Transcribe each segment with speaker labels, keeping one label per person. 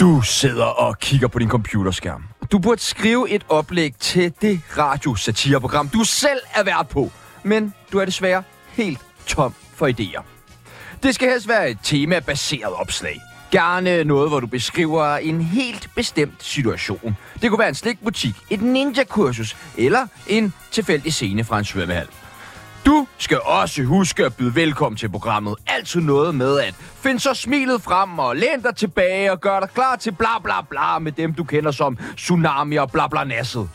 Speaker 1: Du sidder og kigger på din computerskærm. Du burde skrive et oplæg til det radiosatireprogram, du selv er vært på. Men du er desværre helt tom for idéer. Det skal helst være et tema-baseret opslag. Gerne noget, hvor du beskriver en helt bestemt situation. Det kunne være en slikbutik, et ninja-kursus eller en tilfældig scene fra en svømmehal. Du skal også huske at byde velkommen til programmet. Altid noget med at finde så smilet frem og læn dig tilbage og gør dig klar til bla bla bla med dem, du kender som Tsunami og bla bla nasset.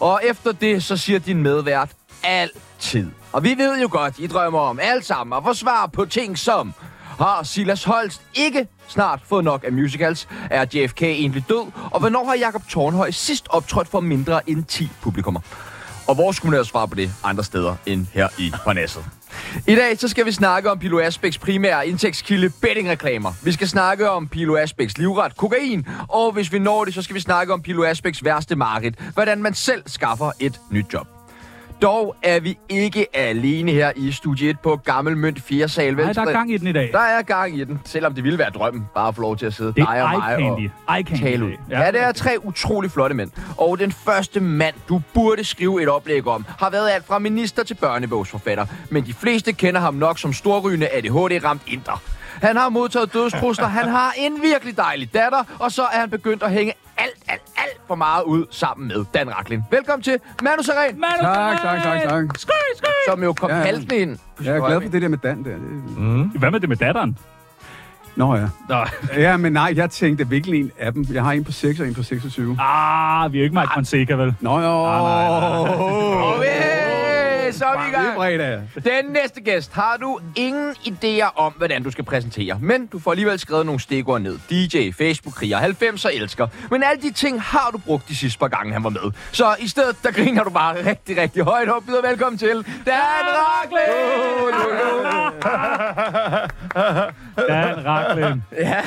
Speaker 1: Og efter det, så siger din medvært altid. Og vi ved jo godt, I drømmer om alt sammen at få svar på ting som... Har Silas Holst ikke snart fået nok af musicals? Er JFK egentlig død? Og hvornår har Jakob Tornhøj sidst optrådt for mindre end 10 publikummer? Og hvor skulle man ellers svare på det andre steder end her i Parnasset? I dag så skal vi snakke om Pilo Asbæks primære indtægtskilde bettingreklamer. Vi skal snakke om Pilo Asbæks livret kokain, og hvis vi når det, så skal vi snakke om Pilo Asbæks værste marked, hvordan man selv skaffer et nyt job. Dog er vi ikke alene her i studiet på Gammel Mønt 4 sal. vel?
Speaker 2: Nej, der er gang i den i dag.
Speaker 1: Der er gang i den, selvom det ville være drømmen, bare at få lov til at sidde
Speaker 2: Det er
Speaker 1: dig og mig
Speaker 2: eye-candy.
Speaker 1: og
Speaker 2: Eye-candy
Speaker 1: tale ud.
Speaker 2: i dag.
Speaker 1: Ja,
Speaker 2: Ja.
Speaker 1: det er tre utrolig flotte mænd. Og den første mand, du burde skrive et oplæg om, har været alt fra minister til børnebogsforfatter. Men de fleste kender ham nok som storrygende ADHD-ramt inder. Han har modtaget dødstrusler, han har en virkelig dejlig datter, og så er han begyndt at hænge alt, alt, alt for meget ud sammen med Dan Raklin. Velkommen til Manu Seren,
Speaker 2: Manu
Speaker 3: Tak, tak, tak,
Speaker 2: Sareen!
Speaker 3: tak.
Speaker 2: Skøj, skøj.
Speaker 1: som jo kom
Speaker 3: Ja,
Speaker 1: ja,
Speaker 3: ja.
Speaker 1: haltende ind.
Speaker 3: Jeg er glad for det der med Dan der. Det-
Speaker 2: Hvad med det med datteren?
Speaker 3: Nå ja.
Speaker 2: Nå.
Speaker 3: Ja, men nej, jeg tænkte, hvilken en af dem? Jeg har en på 6 og en på 26.
Speaker 2: Ah, vi er jo ikke Mike Fonseca, vel?
Speaker 3: Nå jo.
Speaker 1: Og hey, så er vi i
Speaker 3: Det er
Speaker 1: gang.
Speaker 3: fredag.
Speaker 1: Den næste gæst har du ingen idéer om, hvordan du skal præsentere. Men du får alligevel skrevet nogle stikord ned. DJ, Facebook, kriger, 90 og elsker. Men alle de ting har du brugt de sidste par gange, han var med. Så i stedet, der griner du bare rigtig, rigtig højt og byder velkommen til Dan Raklin!
Speaker 2: Dan Raklin.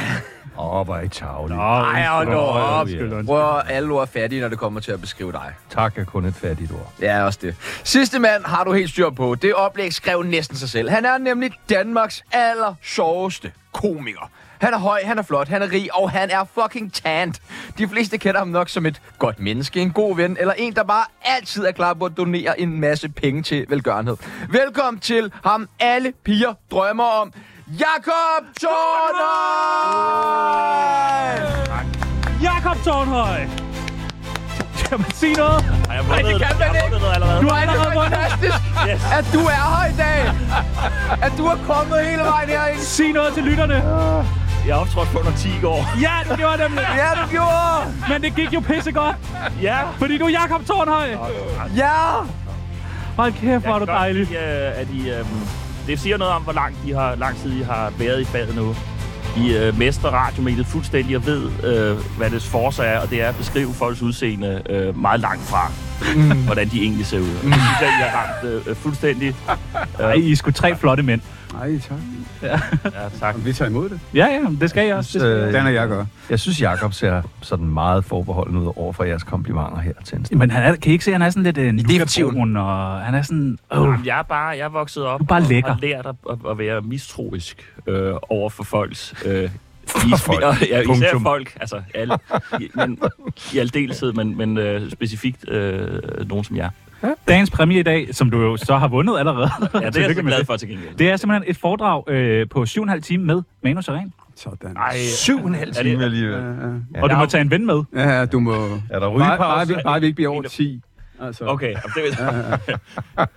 Speaker 1: Ja,
Speaker 4: Åh, hvor er I tavlige.
Speaker 2: Ej,
Speaker 1: hold nu op.
Speaker 2: Undskyld,
Speaker 1: Hvor alle ord er fattige, når det kommer til at beskrive dig.
Speaker 4: Tak er kun et fattigt ord.
Speaker 1: Ja, også det. Sidste mand har du helt styr på. Det oplæg skrev næsten sig selv. Han er nemlig Danmarks aller sjoveste komiker. Han er høj, han er flot, han er rig, og han er fucking tanned. De fleste kender ham nok som et godt menneske, en god ven, eller en, der bare altid er klar på at donere en masse penge til velgørenhed. Velkommen til ham, alle piger drømmer om, Jakob Tornøj!
Speaker 2: Jakob Tornhøj. Kan man sige noget?
Speaker 5: Har jeg vundet,
Speaker 1: Nej, det kan man
Speaker 5: har jeg
Speaker 1: ikke.
Speaker 5: vundet noget allerede?
Speaker 1: Du er allerede fantastisk,
Speaker 5: Yes.
Speaker 1: at du er her i dag. At du er kommet hele vejen herind.
Speaker 2: Sig noget til lytterne.
Speaker 5: Jeg har optrådt på under 10 år.
Speaker 2: Ja, det gjorde nemlig.
Speaker 1: Ja, du gjorde.
Speaker 2: Men det gik jo pissegodt,
Speaker 5: Ja.
Speaker 2: fordi du er Jakob Tornhøj.
Speaker 1: Ja.
Speaker 2: Hold kæft, hvor er du
Speaker 5: Jeg kan godt
Speaker 2: dejlig.
Speaker 5: lide, øh, at I, øh, det siger noget om, hvor lang, I har, lang tid I har været i faget nu. I øh, mester radiomediet fuldstændig og ved, øh, hvad dets force er, og det er at beskrive folks udseende øh, meget langt fra, mm. hvordan de egentlig ser ud. Mm. Jeg synes, at I har ramt øh, øh, fuldstændig.
Speaker 2: Ej, I er sgu tre flotte mænd.
Speaker 3: Nej, tak.
Speaker 5: Ja, tak.
Speaker 3: Vi tager imod det.
Speaker 2: Ja, ja, det skal jeg også. Det skal jeg.
Speaker 3: Dan og jeg gør.
Speaker 4: Jeg synes, Jakob ser sådan meget forbeholden ud over for jeres komplimenter her til en start.
Speaker 2: Men han er, kan I ikke se, at han er sådan lidt øh, en
Speaker 1: Detektiven.
Speaker 2: lugabrun, og han er sådan... Oh.
Speaker 5: Jamen, jeg er bare, jeg er vokset op
Speaker 2: Du er bare
Speaker 5: og
Speaker 2: lækker.
Speaker 5: har lært at, at, at være mistroisk øh, over for folks... Øh, for folk. Ja, især
Speaker 4: Punktum.
Speaker 5: folk, altså alle, i, men, i aldeleshed, men, men øh, specifikt øh, nogen som jer.
Speaker 2: Dagens præmie i dag, som du jo så har vundet allerede.
Speaker 5: Ja, det er jeg
Speaker 2: Tillykke
Speaker 5: så
Speaker 2: med
Speaker 5: glad for til gengæld.
Speaker 2: Det er simpelthen et fodrag øh, på 7,5 time med Manu Seren.
Speaker 3: Sådan.
Speaker 5: Ej,
Speaker 4: Syv og en halv
Speaker 5: Er det-
Speaker 4: time alligevel.
Speaker 3: Ja, ja.
Speaker 2: Og du
Speaker 5: Ja.
Speaker 2: må tage en ven med.
Speaker 3: Ja, ja, du må...
Speaker 4: Er der
Speaker 3: Bare, bare,
Speaker 4: rygepause?
Speaker 3: vi, bare vi ikke bliver over 10. Altså.
Speaker 5: okay. jamen, Det er,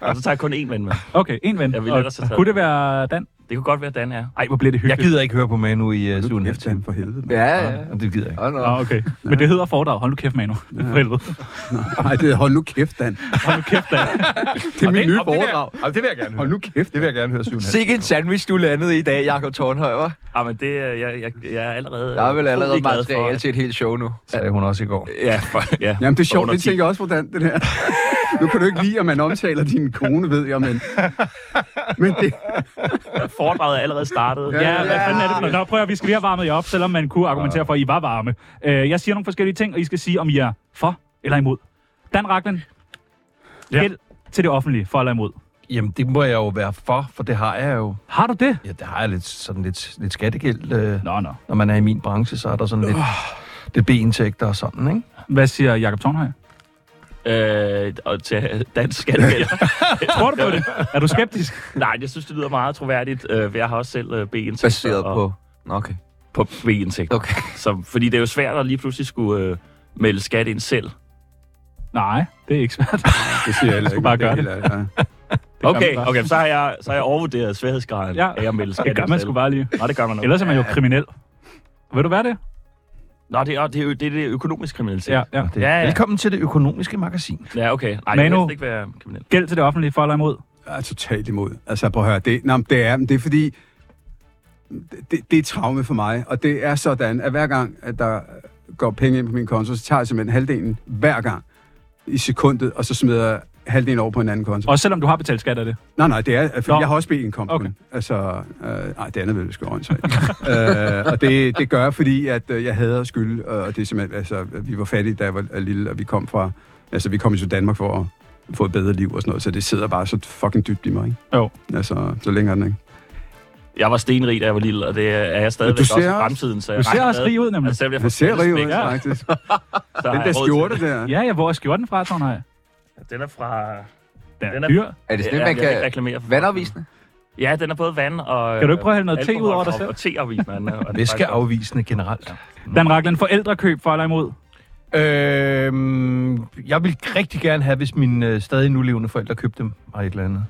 Speaker 5: og så tager jeg kun én ven med.
Speaker 2: Okay, en ven.
Speaker 5: Ja, vi
Speaker 2: Og
Speaker 5: lader sig tage.
Speaker 2: kunne det være Dan?
Speaker 5: Det kunne godt være, Dan er.
Speaker 2: Ej, hvor bliver det
Speaker 4: Jeg
Speaker 2: hyggeligt.
Speaker 4: gider ikke høre på Manu i uh, syv og en halv
Speaker 3: Efter
Speaker 4: time.
Speaker 3: han for helvede. mand.
Speaker 1: Ja, ja.
Speaker 4: Ja, det gider jeg ikke.
Speaker 1: Oh, no.
Speaker 2: Ah, okay. Men det hedder foredrag. Hold nu kæft, Manu. For helvede.
Speaker 3: Nej, det hold nu kæft, Dan.
Speaker 2: Hold nu kæft, Dan.
Speaker 3: Det er min nye foredrag.
Speaker 4: Det, vil jeg gerne høre.
Speaker 3: Hold nu kæft.
Speaker 4: Det vil jeg gerne høre syv og en halv
Speaker 1: Sikke en sandwich, du landede i dag, Jakob Tornhøj, hva'?
Speaker 5: Ah, men det, er- jeg, jeg, jeg er allerede...
Speaker 1: Der er vel allerede
Speaker 5: utrolig glad for,
Speaker 1: materiale
Speaker 5: at-
Speaker 1: til et helt show nu.
Speaker 4: sagde hun også i går.
Speaker 5: Ja, for, ja.
Speaker 3: Jamen, det er
Speaker 5: for
Speaker 3: sjovt,
Speaker 5: under
Speaker 3: det
Speaker 5: 10.
Speaker 3: tænker jeg også, hvordan det der. Nu kan du ikke lide, at man omtaler din kone, ved jeg, men... Men det...
Speaker 5: Foredraget er allerede startet.
Speaker 2: Ja, hvad fanden er det? for- Nå, prøv at vi skal lige have varmet jer op, selvom man kunne argumentere for, at I var varme. Øh, jeg siger nogle forskellige ting, og I skal sige, om I er for eller imod. Dan Ragland.
Speaker 5: Ja.
Speaker 2: Gæld til det offentlige, for eller imod.
Speaker 4: Øh, Jamen, det må jeg jo være for, for det har jeg jo.
Speaker 2: Har du det?
Speaker 4: Ja, det har jeg lidt, sådan lidt, lidt skattegæld. Øh,
Speaker 2: Nå, nå.
Speaker 4: når man er i min branche, så er der sådan lidt, lidt B-indtægter og sådan, ikke?
Speaker 2: Hvad siger Jakob Tornhøj?
Speaker 5: Øh, og til dansk skattegæld.
Speaker 2: Tror du på det? Er du skeptisk?
Speaker 5: Nej, jeg synes, det lyder meget troværdigt. Øh, for jeg har også selv øh, B-indtægter.
Speaker 1: Baseret
Speaker 5: og-
Speaker 1: på... Nå, Okay.
Speaker 5: På B-indtægter.
Speaker 1: okay.
Speaker 5: Som, fordi det er jo svært at lige pludselig skulle øh, melde skat ind selv.
Speaker 2: Nej, det er ikke svært.
Speaker 3: Det siger jeg heller
Speaker 2: skulle bare gøre det.
Speaker 3: er helt ærligt,
Speaker 2: gør
Speaker 5: Okay,
Speaker 2: man bare.
Speaker 5: okay, så har jeg, så har jeg overvurderet sværhedsgraden
Speaker 2: Ja,
Speaker 5: ja. af at melde skat
Speaker 2: Det gør
Speaker 5: ind
Speaker 2: man
Speaker 5: selv.
Speaker 2: sgu bare lige.
Speaker 5: Nå, det gør man nok.
Speaker 2: Ellers er man jo kriminel. Vil du være det?
Speaker 5: Nå, det er, det er jo det, er det økonomisk kriminalitet.
Speaker 2: Ja, ja.
Speaker 4: Og det,
Speaker 5: Ja, ja.
Speaker 4: Velkommen til det økonomiske magasin.
Speaker 5: ja okay. Nej,
Speaker 2: Manu.
Speaker 5: jeg vil helst ikke være kriminel.
Speaker 2: Gæld til det offentlige for eller imod?
Speaker 3: ja. Jeg er totalt imod. Altså, prøv at høre. Det, nå, men det er, men det er fordi... Det, det er traume for mig, og det er sådan, at hver gang, at der går penge ind på min konto, så tager jeg simpelthen halvdelen hver gang i sekundet, og så smider jeg halvdelen over på en anden konto.
Speaker 2: Også selvom du har betalt skat af det.
Speaker 3: Nej, nej, det er, øh, for
Speaker 2: Nå.
Speaker 3: jeg har også B-indkomst.
Speaker 2: Okay.
Speaker 3: Okay. Altså, øh, nej, det andet vil jeg sgu åndssvagt. øh, og det, det gør jeg, fordi at, øh, jeg hader skyld, og og det er simpelthen, altså, vi var fattige, da jeg var øh, lille, og vi kom fra, altså, vi kom jo til Danmark for at få et bedre liv og sådan noget, så det sidder bare så fucking dybt i mig, ikke?
Speaker 2: Jo.
Speaker 3: Altså, så længe er den, ikke?
Speaker 5: Jeg var stenrig, da jeg var lille, og det er jeg stadigvæk
Speaker 3: Men du
Speaker 5: også i
Speaker 3: ser også-
Speaker 5: fremtiden. Så
Speaker 2: Du ser også rig ud, nemlig.
Speaker 5: Altså, selvom jeg
Speaker 3: Det
Speaker 5: får
Speaker 3: ser rigtig ud,
Speaker 5: skattespæk,
Speaker 2: ja.
Speaker 3: faktisk.
Speaker 5: så har
Speaker 3: Den
Speaker 5: jeg
Speaker 3: der
Speaker 5: råd til
Speaker 3: skjorte
Speaker 5: det.
Speaker 3: der.
Speaker 2: Ja, ja, hvor er skjorten fra, Tornhøj?
Speaker 5: Den er fra...
Speaker 2: Den
Speaker 5: Den
Speaker 2: er
Speaker 5: er-
Speaker 2: dyr.
Speaker 1: Er det sådan,
Speaker 5: Ja,
Speaker 1: at man
Speaker 5: jeg vil ikke
Speaker 1: kan...
Speaker 5: reklamere for
Speaker 1: Vandafvisende?
Speaker 5: Ja, den er både vand og... øh,
Speaker 2: Kan du ikke prøve at hælde noget te
Speaker 5: alkohol
Speaker 2: ud over dig
Speaker 5: og-
Speaker 2: selv?
Speaker 5: Og teafvisende. er den, og den er
Speaker 4: Og
Speaker 5: faktisk
Speaker 4: det skal
Speaker 5: også-
Speaker 4: afvisende generelt.
Speaker 2: Dan Ragland, forældrekøb for eller imod?
Speaker 4: Øhm, jeg vil rigtig gerne have, hvis mine øh, stadig nulevende forældre købte dem og et eller andet.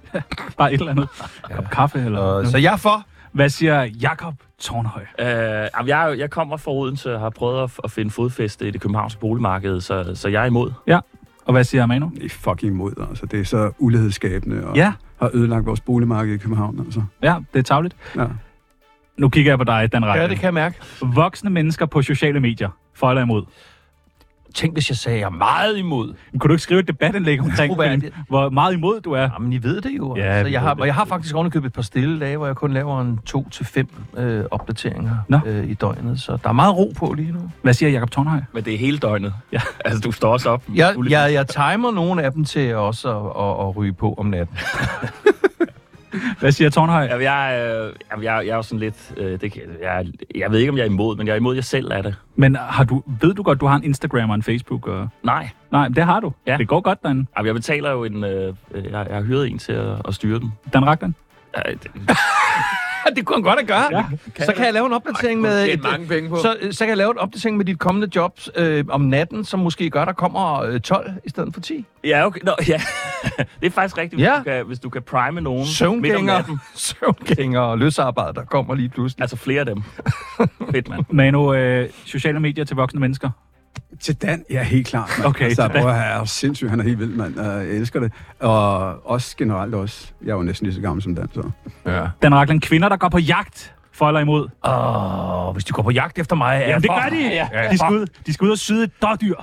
Speaker 2: Bare et eller andet. Kop kaffe eller
Speaker 4: Og,
Speaker 2: noget.
Speaker 4: så jeg er for.
Speaker 2: Hvad siger Jakob Tornhøj?
Speaker 5: Øh, jamen, jeg, er jo- jeg kommer fra Odense og har prøvet at, at finde fodfæste i det københavnske boligmarked, så, så jeg er imod.
Speaker 2: Og hvad siger Manu?
Speaker 3: Det er fucking imod, altså. Det er så ulighedsskabende, og
Speaker 2: Ja,
Speaker 3: har ødelagt vores boligmarked i København, altså.
Speaker 2: ja, det er tavligt.
Speaker 3: Ja.
Speaker 2: Nu kigger jeg på dig, Dan
Speaker 4: Ja,
Speaker 2: Ragland.
Speaker 4: det kan jeg mærke.
Speaker 2: Voksne mennesker på sociale medier. For eller imod?
Speaker 4: Tænk, hvis jeg sagde, jeg er meget imod.
Speaker 2: Men kunne du ikke skrive et debatindlæg omkring,
Speaker 4: Troværdigt.
Speaker 2: hvor meget imod du er?
Speaker 4: Jamen, I ved det jo.
Speaker 2: Ja,
Speaker 4: Ja, altså,
Speaker 2: vi
Speaker 4: jeg
Speaker 2: ved
Speaker 4: har,
Speaker 2: det.
Speaker 4: og jeg har faktisk ovenikøbet et par stille dage, hvor jeg kun laver en to til fem øh,
Speaker 2: Nå.
Speaker 4: opdateringer øh, i døgnet. Så der er meget ro på lige nu.
Speaker 2: Hvad siger Jakob Tornhøj?
Speaker 5: Men det er hele døgnet.
Speaker 2: Ja.
Speaker 5: Altså, du står også op.
Speaker 4: Jeg,
Speaker 5: Du er lidt-
Speaker 4: jeg, jeg timer nogle af dem til også at, at, at ryge på om natten.
Speaker 2: Hvad siger Tornhøj?
Speaker 5: Jamen, jeg, øh, jamen, jeg, jeg er jo sådan lidt... Øh, det, kan- jeg, jeg ved ikke, om jeg er imod, men jeg er imod, at jeg selv er det.
Speaker 2: Men har du, ved du godt, du har en Instagram og en Facebook? Og...
Speaker 5: Nej.
Speaker 2: Nej, men det har du.
Speaker 5: Ja.
Speaker 2: Det går godt, Dan,
Speaker 5: Jamen, jeg betaler jo en... Øh, øh, jeg, jeg har hyret en til at, at styre den.
Speaker 2: Dan Ragland.
Speaker 5: Ja, det-
Speaker 4: det kunne han godt at gøre.
Speaker 2: Ja.
Speaker 4: Ja. Så kan jeg lave en opdatering med...
Speaker 1: Det er
Speaker 4: et-
Speaker 1: mange penge på.
Speaker 4: Så, øh, så kan jeg lave en opdatering med dit kommende jobs øh, om natten, som måske gør, der kommer øh, 12 i stedet for 10.
Speaker 5: Ja, okay. Nå, ja. det er faktisk rigtigt, hvis,
Speaker 4: Ja.
Speaker 5: du kan, hvis du kan prime nogen midt om
Speaker 4: Søvngængere,
Speaker 5: natten.
Speaker 4: søvngængere og løsarbejder, der kommer lige pludselig.
Speaker 5: Altså flere af dem. Fedt, mand.
Speaker 2: Manu, øh, sociale medier til voksne mennesker.
Speaker 3: Til Dan? Ja, helt klart. Mand.
Speaker 2: Okay,
Speaker 3: altså,
Speaker 2: til Dan.
Speaker 3: prøv at høre, han er sindssyg, han er helt vild, mand. Øh, Jeg elsker det. Og også generelt også. Jeg er jo næsten lige så gammel som Dan, så.
Speaker 4: Ja.
Speaker 2: Dan Ragland, kvinder, der går på jagt. For eller imod?
Speaker 4: Og hvis de går på jagt efter mig...
Speaker 2: Ja, det gør de.
Speaker 4: Ja.
Speaker 2: De skal ud, de skal ud og syde et dårdyr.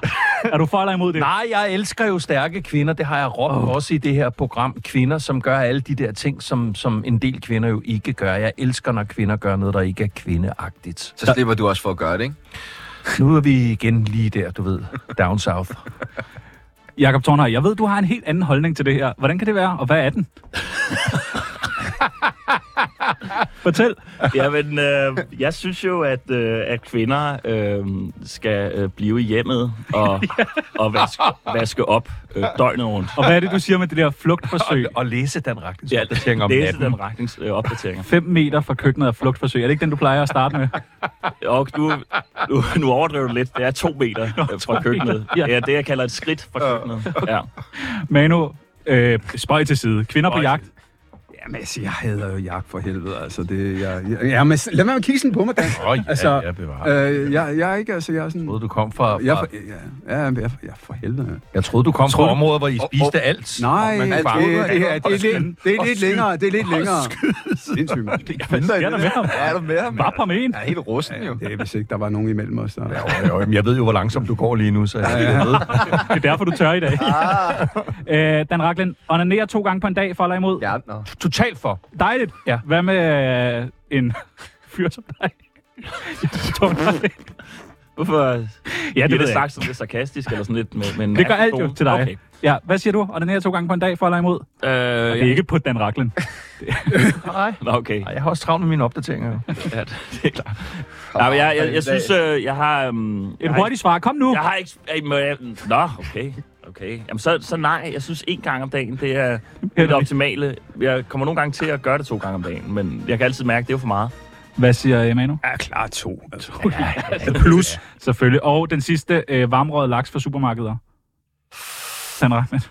Speaker 2: er du for eller imod det?
Speaker 4: Nej, jeg elsker jo stærke kvinder. Det har jeg råbt oh. også i det her program. Kvinder, som gør alle de der ting, som, som en del kvinder jo ikke gør. Jeg elsker, når kvinder gør noget, der ikke er kvindeagtigt.
Speaker 1: Så slipper du også for at gøre det, ikke?
Speaker 4: Nu er vi igen lige der, du ved. Down south.
Speaker 2: Jakob Tornhøj, jeg ved, du har en helt anden holdning til det her. Hvordan kan det være, og hvad er den? Fortæl.
Speaker 5: Jamen, øh, jeg synes jo, at, øh, at kvinder øh, skal øh, blive i hjemmet og, og vaske, vaske op øh, døgnet rundt.
Speaker 2: Og hvad er det, du siger med det der flugtforsøg?
Speaker 4: Og læse Dan Ragnens ja, opdatering om
Speaker 5: læse
Speaker 4: natten.
Speaker 5: den retnings øh, opdateringer.
Speaker 2: 5 meter fra køkkenet er flugtforsøg. Er det ikke den, du plejer at starte med?
Speaker 5: Og nu, nu, nu overdriver du lidt. Det er to meter øh, fra køkkenet.
Speaker 2: ja.
Speaker 5: Ja. det, jeg kalder et skridt fra køkkenet. Ja.
Speaker 2: Manu, øh, spøj til side. Kvinder på
Speaker 5: Spøj til
Speaker 2: jagt.
Speaker 3: Jamen, altså, jeg hader jo jagt for helvede, altså. Det, jeg, jeg, jamen, lad mig kigge sådan på mig, Dan.
Speaker 4: Åh, ja,
Speaker 3: altså,
Speaker 4: ja, bevarer.
Speaker 3: øh, jeg, jeg er ikke, altså, jeg er sådan...
Speaker 4: troede, du kom fra...
Speaker 3: Jeg, er
Speaker 4: fra
Speaker 3: for, ja, ja, jeg, er for, jeg er for helvede. ja.
Speaker 4: jeg troede, du kom
Speaker 2: Troede du-
Speaker 4: fra områder, hvor I
Speaker 1: Åh,
Speaker 4: spiste alt.
Speaker 3: Nej,
Speaker 4: Og man
Speaker 3: det,
Speaker 4: kunne
Speaker 3: det,
Speaker 4: bare-
Speaker 3: her- det, er, det, er, lidt- det er lidt længere, det er lidt længere. Sindssygt, mand.
Speaker 2: Hvad sker der med ham?
Speaker 1: Hvad er der med ham?
Speaker 2: Bare på med en.
Speaker 1: Han er helt rusten, jo.
Speaker 3: Det er, hvis ikke der var nogen imellem os, der...
Speaker 4: Jo, jo, jamen, jeg ved jo, hvor langsomt du går lige nu, så jeg ved.
Speaker 2: Det er derfor, du tør i dag. øh, Dan Ragland, onanere to gange på en dag, for eller imod.
Speaker 1: Ja, nå.
Speaker 4: Totalt for.
Speaker 2: Dejligt.
Speaker 4: Ja.
Speaker 2: Hvad med øh, en fyr som dig? Jeg forstår dig ikke.
Speaker 5: Hvorfor?
Speaker 2: Ja, det
Speaker 5: Bliver
Speaker 2: ved
Speaker 5: det
Speaker 2: jeg
Speaker 5: sagt sådan lidt sarkastisk eller sådan lidt med, med en
Speaker 2: Det gør alt jo
Speaker 5: mærkestol?
Speaker 2: til dig.
Speaker 5: Okay.
Speaker 2: Ja, hvad siger du? Og den her to gange på en dag, for eller imod? Ja.
Speaker 5: Øh,
Speaker 2: Det er ikke på Dan Raklen.
Speaker 4: Nej.
Speaker 5: Nå, okay.
Speaker 4: Ej, jeg har også travlt med mine opdateringer. jo.
Speaker 5: Ja, det er klart. Nej, men jeg, jeg, jeg synes, øh, jeg har... Um,
Speaker 2: Et hurtigt svar. Kom nu.
Speaker 5: Jeg har ikke... Ej, må jeg, nå, okay. Okay. Jamen, så, så nej. Jeg synes, én gang om dagen, det er det, er det optimale. Jeg kommer nogle gange til at gøre det to gange om dagen, men jeg kan altid mærke, at det er jo for meget.
Speaker 2: Hvad siger øh, Manu?
Speaker 3: Ja, klar to. Altså. Plus.
Speaker 2: Selvfølgelig. Og den sidste, øh, varmrøget laks fra supermarkeder. Dan Raklen.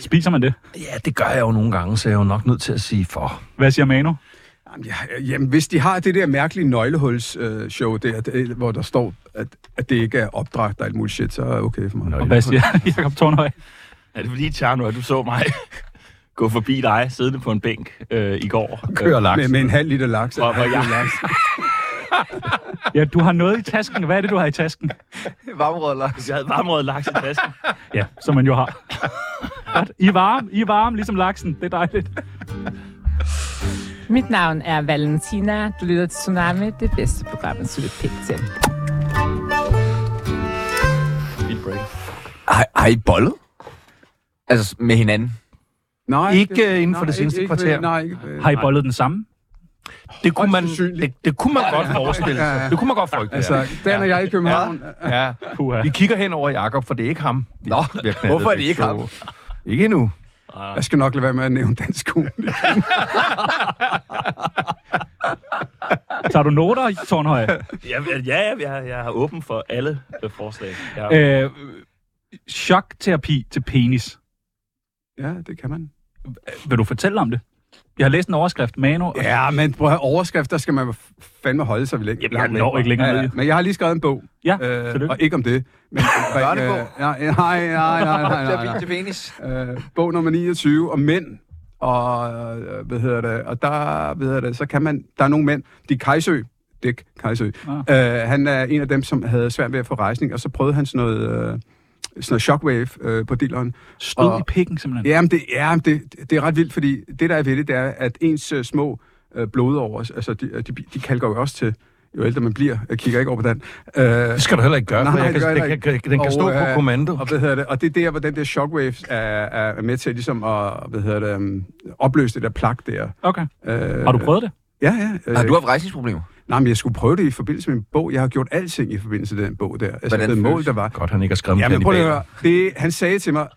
Speaker 2: Spiser man det?
Speaker 4: Ja, det gør jeg jo nogle gange, så jeg er jo nok nødt til at sige for.
Speaker 2: Hvad siger Manu?
Speaker 3: Jamen, ja, jamen, hvis de har det der mærkelige nøglehulsshow øh, show der, det, hvor der står, at, at det ikke er opdragt og alt muligt shit, så er det okay for mig.
Speaker 2: Og hvad siger Jacob Tornhøj?
Speaker 5: Er det fordi, Tjerno, at du så mig gå forbi dig, siddende på en bænk øh, i går?
Speaker 4: Kører laks.
Speaker 3: Med, med en halv liter laks.
Speaker 5: Og, og jeg,
Speaker 2: Ja, du har noget i tasken. Hvad er det, du har i tasken?
Speaker 1: Varmrød laks.
Speaker 5: jeg havde varmrøget laks i tasken.
Speaker 2: Ja, som man jo har. Godt. I er varme, I er varme, ligesom laksen. Det er dejligt.
Speaker 6: Mit navn er Valentina. Du lytter til Tsunami, det bedste program, at slutte pænt til.
Speaker 5: Vildt break.
Speaker 1: Har, har I bollet? Altså, med hinanden?
Speaker 3: Nej,
Speaker 4: Ikke, øh, inden for det seneste
Speaker 3: ikke,
Speaker 4: kvarter.
Speaker 3: Nej, ikke, øh,
Speaker 2: Har I bollet den samme?
Speaker 4: Det kunne man,
Speaker 3: sandsynligt.
Speaker 4: det, det kunne man godt forestille
Speaker 3: Ja, ja.
Speaker 4: sig. Det kunne man godt frygte.
Speaker 3: altså, Dan og jeg i København,
Speaker 4: Ja. ja.
Speaker 2: Puha.
Speaker 4: Vi kigger hen over Jakob, for det er ikke ham. vi-
Speaker 1: Nå,
Speaker 4: vi har knaldet
Speaker 1: hvorfor er det
Speaker 4: begge
Speaker 1: ikke ham?
Speaker 4: to. Ikke endnu.
Speaker 3: øh, jeg skal nok lade være med at nævne dansk skole.
Speaker 2: Tager du noter, Tornhøj?
Speaker 5: Ja, ja, ja jeg, jeg er åben for alle øh, forslag. Jeg, øh,
Speaker 2: Øh, chokterapi til penis.
Speaker 3: Ja, det kan man.
Speaker 2: Vil du fortælle om det? Jeg har læst en overskrift, Manu. øh, Ja.
Speaker 3: Ja, men prøv at høre, overskrifter skal man fandme holde sig længe.
Speaker 5: Jamen, jeg
Speaker 3: langt væk
Speaker 2: når
Speaker 3: fra.
Speaker 2: ikke længere
Speaker 3: ja,
Speaker 2: ned i
Speaker 3: ja.
Speaker 2: det.
Speaker 3: Men jeg har lige skrevet en bog.
Speaker 2: Ja,
Speaker 3: øh,
Speaker 2: tillykke.
Speaker 3: og ikke om det. Men, omkring, øh,
Speaker 1: Børnebog?
Speaker 3: nej, nej, nej, nej, nej, nej.
Speaker 1: Terapi til penis.
Speaker 3: Øh, bog nummer 29 om mænd. Og, øh, hvad hedder det, og der, hvad hedder det, så kan man, der er nogle mænd, de Kajsø, Dick Kajsø, ah. øh, han er en af dem, som havde svært ved at få rejsning, og så prøvede han sådan noget, øh, sådan noget shockwave øh, på dilleren.
Speaker 2: Stød
Speaker 3: Og-
Speaker 2: i pikken, simpelthen. Ja.
Speaker 3: Jamen, det, ja, men det, det er ret vildt, fordi det, der er ved det, det er, at ens øh, små øh, blodårer, altså de, øh, de, de kalker jo også til, jo ældre man bliver, jeg kigger ikke over på den. Øh,
Speaker 4: Det skal du heller ikke gøre,
Speaker 3: Nej,
Speaker 4: for
Speaker 3: nej,
Speaker 4: jeg
Speaker 3: det
Speaker 4: kan,
Speaker 3: gør jeg
Speaker 4: den,
Speaker 3: heller
Speaker 4: kan,
Speaker 3: ikke.
Speaker 4: den kan
Speaker 3: Og,
Speaker 4: stå på
Speaker 3: øh,
Speaker 4: kommando.
Speaker 3: Og, hvad hedder det? og det er der, hvor den der shockwaves er, er er med til ligesom at hvad hedder det, um, opløse det der plak der.
Speaker 2: Okay.
Speaker 3: Øh,
Speaker 2: Har du prøvet det?
Speaker 3: Ja, ja. Øh,
Speaker 1: Har du haft rejsningsproblemer?
Speaker 3: Nej, men jeg skulle prøve det i forbindelse med en bog. Jeg har gjort alting i forbindelse med den bog der. Altså,
Speaker 1: Hvordan
Speaker 3: det
Speaker 1: føles
Speaker 3: mål, der var.
Speaker 4: Godt, han ikke har skrevet
Speaker 3: Ja,
Speaker 4: den
Speaker 3: men
Speaker 4: i
Speaker 3: prøv lige at
Speaker 4: bagen.
Speaker 3: høre. Det, han sagde til mig...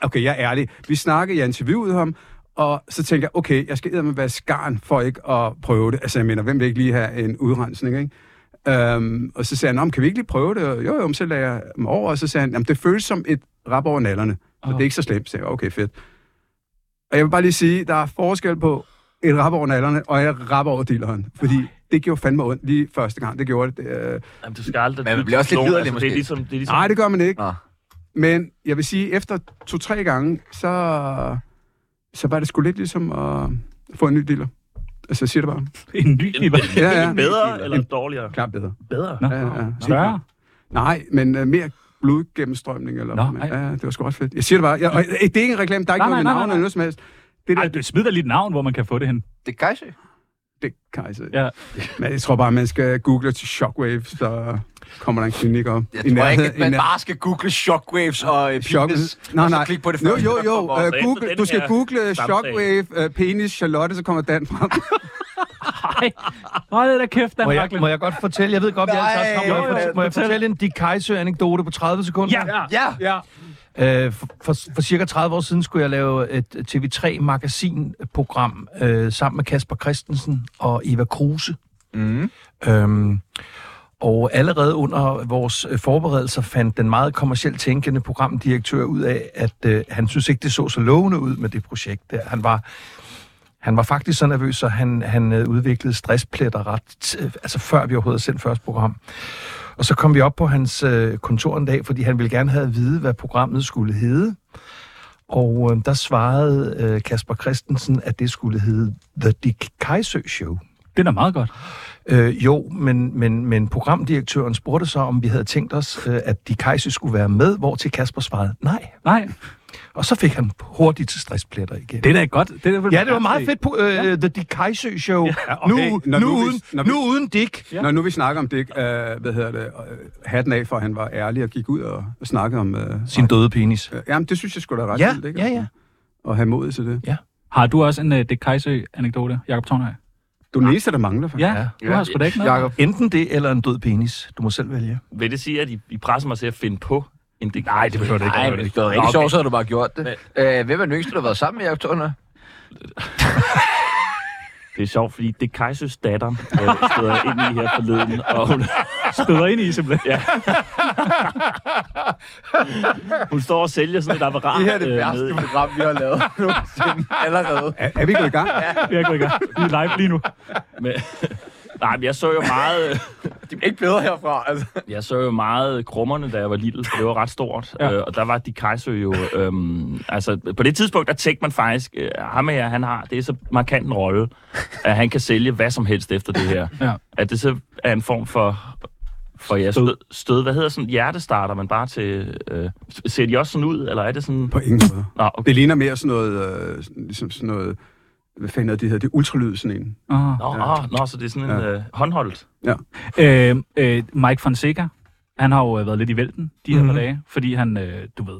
Speaker 3: Okay, jeg er ærlig. Vi snakkede, jeg interviewede ham, og så tænkte jeg, okay, jeg skal med være skarn for ikke at prøve det. Altså, jeg mener, hvem vil ikke lige have en udrensning, ikke? Øhm, og så sagde han, "Nå, men kan vi ikke lige prøve det? Og jo, jo, men så lagde jeg dem over, og så sagde han, jamen, det føles som et rap over nallerne. Så det er ikke så slemt, Så sagde jeg, okay, fedt. Og jeg vil bare lige sige, der er forskel på et rap over nallerne, og et rap over dilleren. Fordi det gjorde fandme ondt lige første gang, det gjorde det. Øh,
Speaker 5: Jamen, du skal aldrig...
Speaker 1: Men man bliver også lidt
Speaker 5: Nogen-
Speaker 1: liderlig,
Speaker 5: altså, Det
Speaker 1: måske.
Speaker 5: er ligesom... Det er ligesom
Speaker 3: nej, det gør man ikke.
Speaker 1: Nå.
Speaker 3: Men jeg vil sige, efter to-tre gange, så, så var det sgu lidt ligesom at få en ny dealer. Altså, jeg siger det bare.
Speaker 2: En ny i hvad?
Speaker 3: Ja,
Speaker 5: ja, ja.
Speaker 3: ja.
Speaker 5: bedre eller dårligere?
Speaker 3: Klart bedre.
Speaker 5: Bedre.
Speaker 2: Nå,
Speaker 3: Ja, ja, ja.
Speaker 2: større.
Speaker 3: Nej, men uh, mere blodgennemstrømning. Eller,
Speaker 2: Nå,
Speaker 3: men,
Speaker 2: ej.
Speaker 3: ja, ja, det var sgu ret fedt. Jeg siger det bare. Jeg, og, øh, det er ikke en reklame, der er ikke
Speaker 2: Nej, nej,
Speaker 3: noget med
Speaker 2: nej,
Speaker 3: navn
Speaker 2: nej.
Speaker 3: eller noget som helst. Det der,
Speaker 2: Ej, du smider lige et navn, hvor man kan få det hen.
Speaker 1: Det er Kajsø.
Speaker 3: det kan jeg sige.
Speaker 2: Ja.
Speaker 3: Men jeg tror bare, man skal google til shockwaves, så kommer der en klinik op.
Speaker 1: Jeg
Speaker 3: I
Speaker 1: tror
Speaker 3: nærheden-
Speaker 1: ikke, at
Speaker 3: i
Speaker 1: man
Speaker 3: nær-
Speaker 1: bare skal google shockwaves og øh,
Speaker 3: Shock...
Speaker 1: penis,
Speaker 3: Nej,
Speaker 1: og så
Speaker 3: nej.
Speaker 1: klikke på det
Speaker 3: jo,
Speaker 1: første.
Speaker 3: jo, jo.
Speaker 5: kommer.
Speaker 3: Uh,
Speaker 5: Så efter
Speaker 3: Google,
Speaker 5: den
Speaker 3: du skal
Speaker 5: her
Speaker 3: google øh,
Speaker 5: samtale.
Speaker 3: shockwave, uh, penis, Charlotte, så kommer Dan frem.
Speaker 2: Ej, hold da kæft, Dan
Speaker 4: Må jeg,
Speaker 2: Raklen.
Speaker 4: må jeg godt fortælle? Jeg ved godt, vi alle sammen
Speaker 1: Nej,
Speaker 4: kommer. Må,
Speaker 2: jo,
Speaker 4: jeg
Speaker 2: jo,
Speaker 4: fort- må jeg
Speaker 2: fortæl.
Speaker 4: fortælle en Dick Kaiser-anekdote på 30 sekunder?
Speaker 2: Ja, ja.
Speaker 1: Ja,
Speaker 4: Øh, for, for, for cirka 30 år siden skulle jeg lave et TV3-magasinprogram øh, sammen med Kasper Christensen og Eva Kruse. Mm. Øhm, og allerede under vores øh, forberedelser fandt den meget kommercielt tænkende programdirektør ud af, at øh, han synes ikke, det så så lovende ud med det projekt. Der. Han var han var faktisk så nervøs, at han, han øh, udviklede stresspletter ret, øh, altså før vi overhovedet sendte første program. Og så kom vi op på hans øh, kontor en dag, fordi han ville gerne have at vide, hvad programmet skulle hedde. Og øh, der svarede øh, Kasper Christensen, at det skulle hedde The Dick Kajsø Show.
Speaker 2: Det er da meget godt.
Speaker 4: Øh, jo, men, men, men programdirektøren spurgte så, om vi havde tænkt os, øh, at Dick Kajsø skulle være med, hvor til Kasper svarede nej.
Speaker 2: Nej.
Speaker 4: Og så fik han hurtigt stresspletter igen.
Speaker 2: Det er da godt. Det er da vel-
Speaker 4: Ja, det var meget fedt på øh, The Dick Kajsø Show. Ja,
Speaker 3: okay.
Speaker 4: nu,
Speaker 3: Når
Speaker 4: nu,
Speaker 3: nu vi-
Speaker 4: uden,
Speaker 3: når vi-
Speaker 4: nu uden Dick.
Speaker 3: Ja. Når nu vi snakker om det, øh, hvad hedder det, øh, hatten af for, at han var ærlig og gik ud og snakkede om... Øh,
Speaker 4: Sin døde penis.
Speaker 3: øh, jamen, det synes jeg skulle da ret
Speaker 4: Ja,
Speaker 3: vildt,
Speaker 4: ja,
Speaker 3: Altså, At have mod til det.
Speaker 2: Har du også en uh, Dick Kajsø-anekdote, Jakob Tornhøj?
Speaker 3: Du er den eneste, der mangler, faktisk.
Speaker 2: Ja, du har sgu da ikke noget.
Speaker 1: Jakob,
Speaker 4: Enten det eller en død penis. Du må selv vælge.
Speaker 5: Vil det sige, at I, I presser mig til at finde på en Dick
Speaker 2: Nej, det behøver du ikke.
Speaker 1: nej,
Speaker 2: det
Speaker 1: det er rigtig sjovt, så har du bare gjort det. Øh, hvem er den yngste, du har været sammen med, Jakob Tornhøj?
Speaker 5: Det er sjovt, fordi Dick Kajsøs datter øh, stod ind i her forleden, og hun,
Speaker 2: Støder ind i simpelthen. Ja.
Speaker 5: hun står og sælger sådan et apparat.
Speaker 1: Det her er det
Speaker 5: øh,
Speaker 1: værste
Speaker 5: nede i-
Speaker 1: program, vi har lavet nogensinde allerede.
Speaker 3: Er, er vi gået i gang? ja.
Speaker 2: Vi er gået i gang. Vi er live lige nu.
Speaker 5: Men, nej, men jeg så jo meget... øh,
Speaker 1: Det bliver ikke bedre herfra, altså.
Speaker 5: Jeg så jo meget krummerne, da jeg var lille, for det var ret stort.
Speaker 2: Ja.
Speaker 5: Ja. Øh, og der var de kejser jo... Øhm, altså, på det tidspunkt, der tænkte man faktisk, øh, ham her, han har, det er så markant en rolle, at han kan sælge hvad som helst efter det her.
Speaker 2: Ja.
Speaker 5: At det så er en form for... For ja, stød. stød. Hvad hedder sådan? Hjertestarter man bare til... Øh, ser de også sådan ud, eller er det sådan...
Speaker 3: På ingen måde.
Speaker 5: Nå, okay.
Speaker 3: Det ligner mere sådan noget, øh, sådan- ligesom sådan noget, hvad fanden er det, de hedder? Det er ultralyd, sådan en.
Speaker 2: Oh.
Speaker 5: Nå, ja. åh, nå, så det er sådan en
Speaker 3: Ja.
Speaker 5: ja. øh, håndholdt.
Speaker 2: Øh, øh, Mike Fonseca, han har jo øh, været lidt i vælten de her mm-hmm. dage, fordi han, øh, du ved,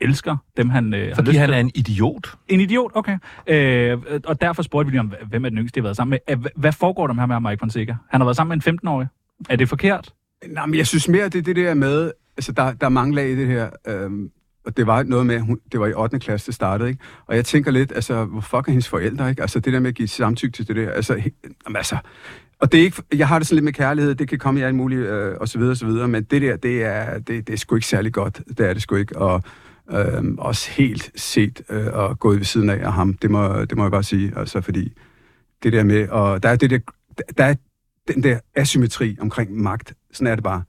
Speaker 2: elsker dem, han øh, har
Speaker 4: Fordi
Speaker 2: lyst
Speaker 4: han
Speaker 2: til.
Speaker 4: er en idiot.
Speaker 2: En idiot, okay. Øh, og derfor spurgte vi lige om, hvem er den yngste, de har været sammen med. Øh, hva- Hvad foregår der med ham her, Mike Fonseca? Han har været sammen med en 15-årig. Er det forkert?
Speaker 3: Nej, men jeg synes mere, det er det der med, altså der, der er mange lag i det her, øhm, og det var noget med, hun, det var i 8. klasse, det startede, ikke? Og jeg tænker lidt, altså, hvor fuck er hendes forældre, ikke? Altså, det der med at give samtykke til det der, altså, he, jamen, altså og det er ikke, jeg har det sådan lidt med kærlighed, det kan komme i alt muligt, øh, og så videre, og så videre, men det der, det er, det, det er sgu ikke særlig godt, det er det sgu ikke, og øhm, også helt set øh, og gået ved siden af, af ham, det må, det må jeg bare sige, altså, fordi det der med, og der er det der, der er den der asymmetri omkring magt, sådan er det bare.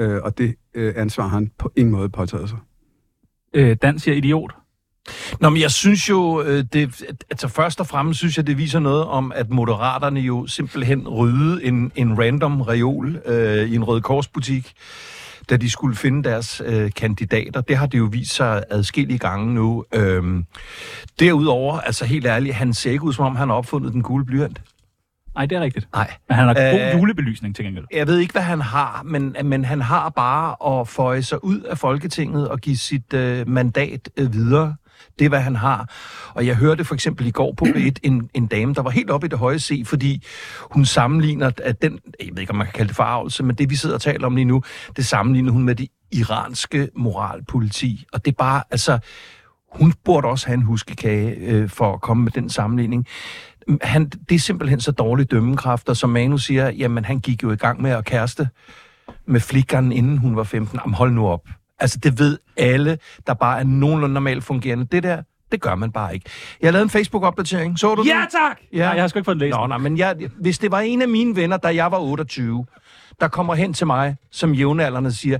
Speaker 3: Øh, og det øh, ansvar har han på ingen måde påtaget sig.
Speaker 2: Øh, Dan siger idiot.
Speaker 4: Nå, men jeg synes jo, øh, det, altså først og fremmest synes jeg, det viser noget om, at moderaterne jo simpelthen ryddede en, en random reol øh, i en Røde Korsbutik, da de skulle finde deres øh, kandidater. Det har det jo vist sig adskillige gange nu. Øhm, derudover, altså helt ærligt, han ser ikke ud, som om han har opfundet den gule blyant.
Speaker 2: Nej, det er rigtigt.
Speaker 4: Nej.
Speaker 2: Men han har god
Speaker 4: Øh,
Speaker 2: julebelysning til gengæld.
Speaker 4: Jeg ved ikke, hvad han har, men, men han har bare at føje sig ud af Folketinget og give sit øh, mandat øh, videre. Det er, hvad han har. Og jeg hørte for eksempel i går på B1 en, en dame, der var helt oppe i det høje C, fordi hun sammenligner, at den, jeg ved ikke, om man kan kalde det forarvelse, men det, vi sidder og taler om lige nu, det sammenligner hun med det iranske moralpoliti. Og det er bare, altså, hun burde også have en huskekage øh, for at komme med den sammenligning. Han, det er simpelthen så dårlig dømmekraft, og som Manu siger, jamen han gik jo i gang med at kæreste med flikkeren, inden hun var 15. Jamen hold nu op. Altså det ved alle, der bare er nogenlunde normalt fungerende. Det der, det gør man bare ikke. Jeg lavede en Facebook-opdatering. Så du den?
Speaker 2: Ja, tak! Ja.
Speaker 4: Ja.
Speaker 2: Nej, jeg har sgu ikke fået den læst.
Speaker 4: Nå, nej, men jeg, hvis det var en af mine venner, da jeg var 28, der kommer hen til mig, som jævnaldrende siger,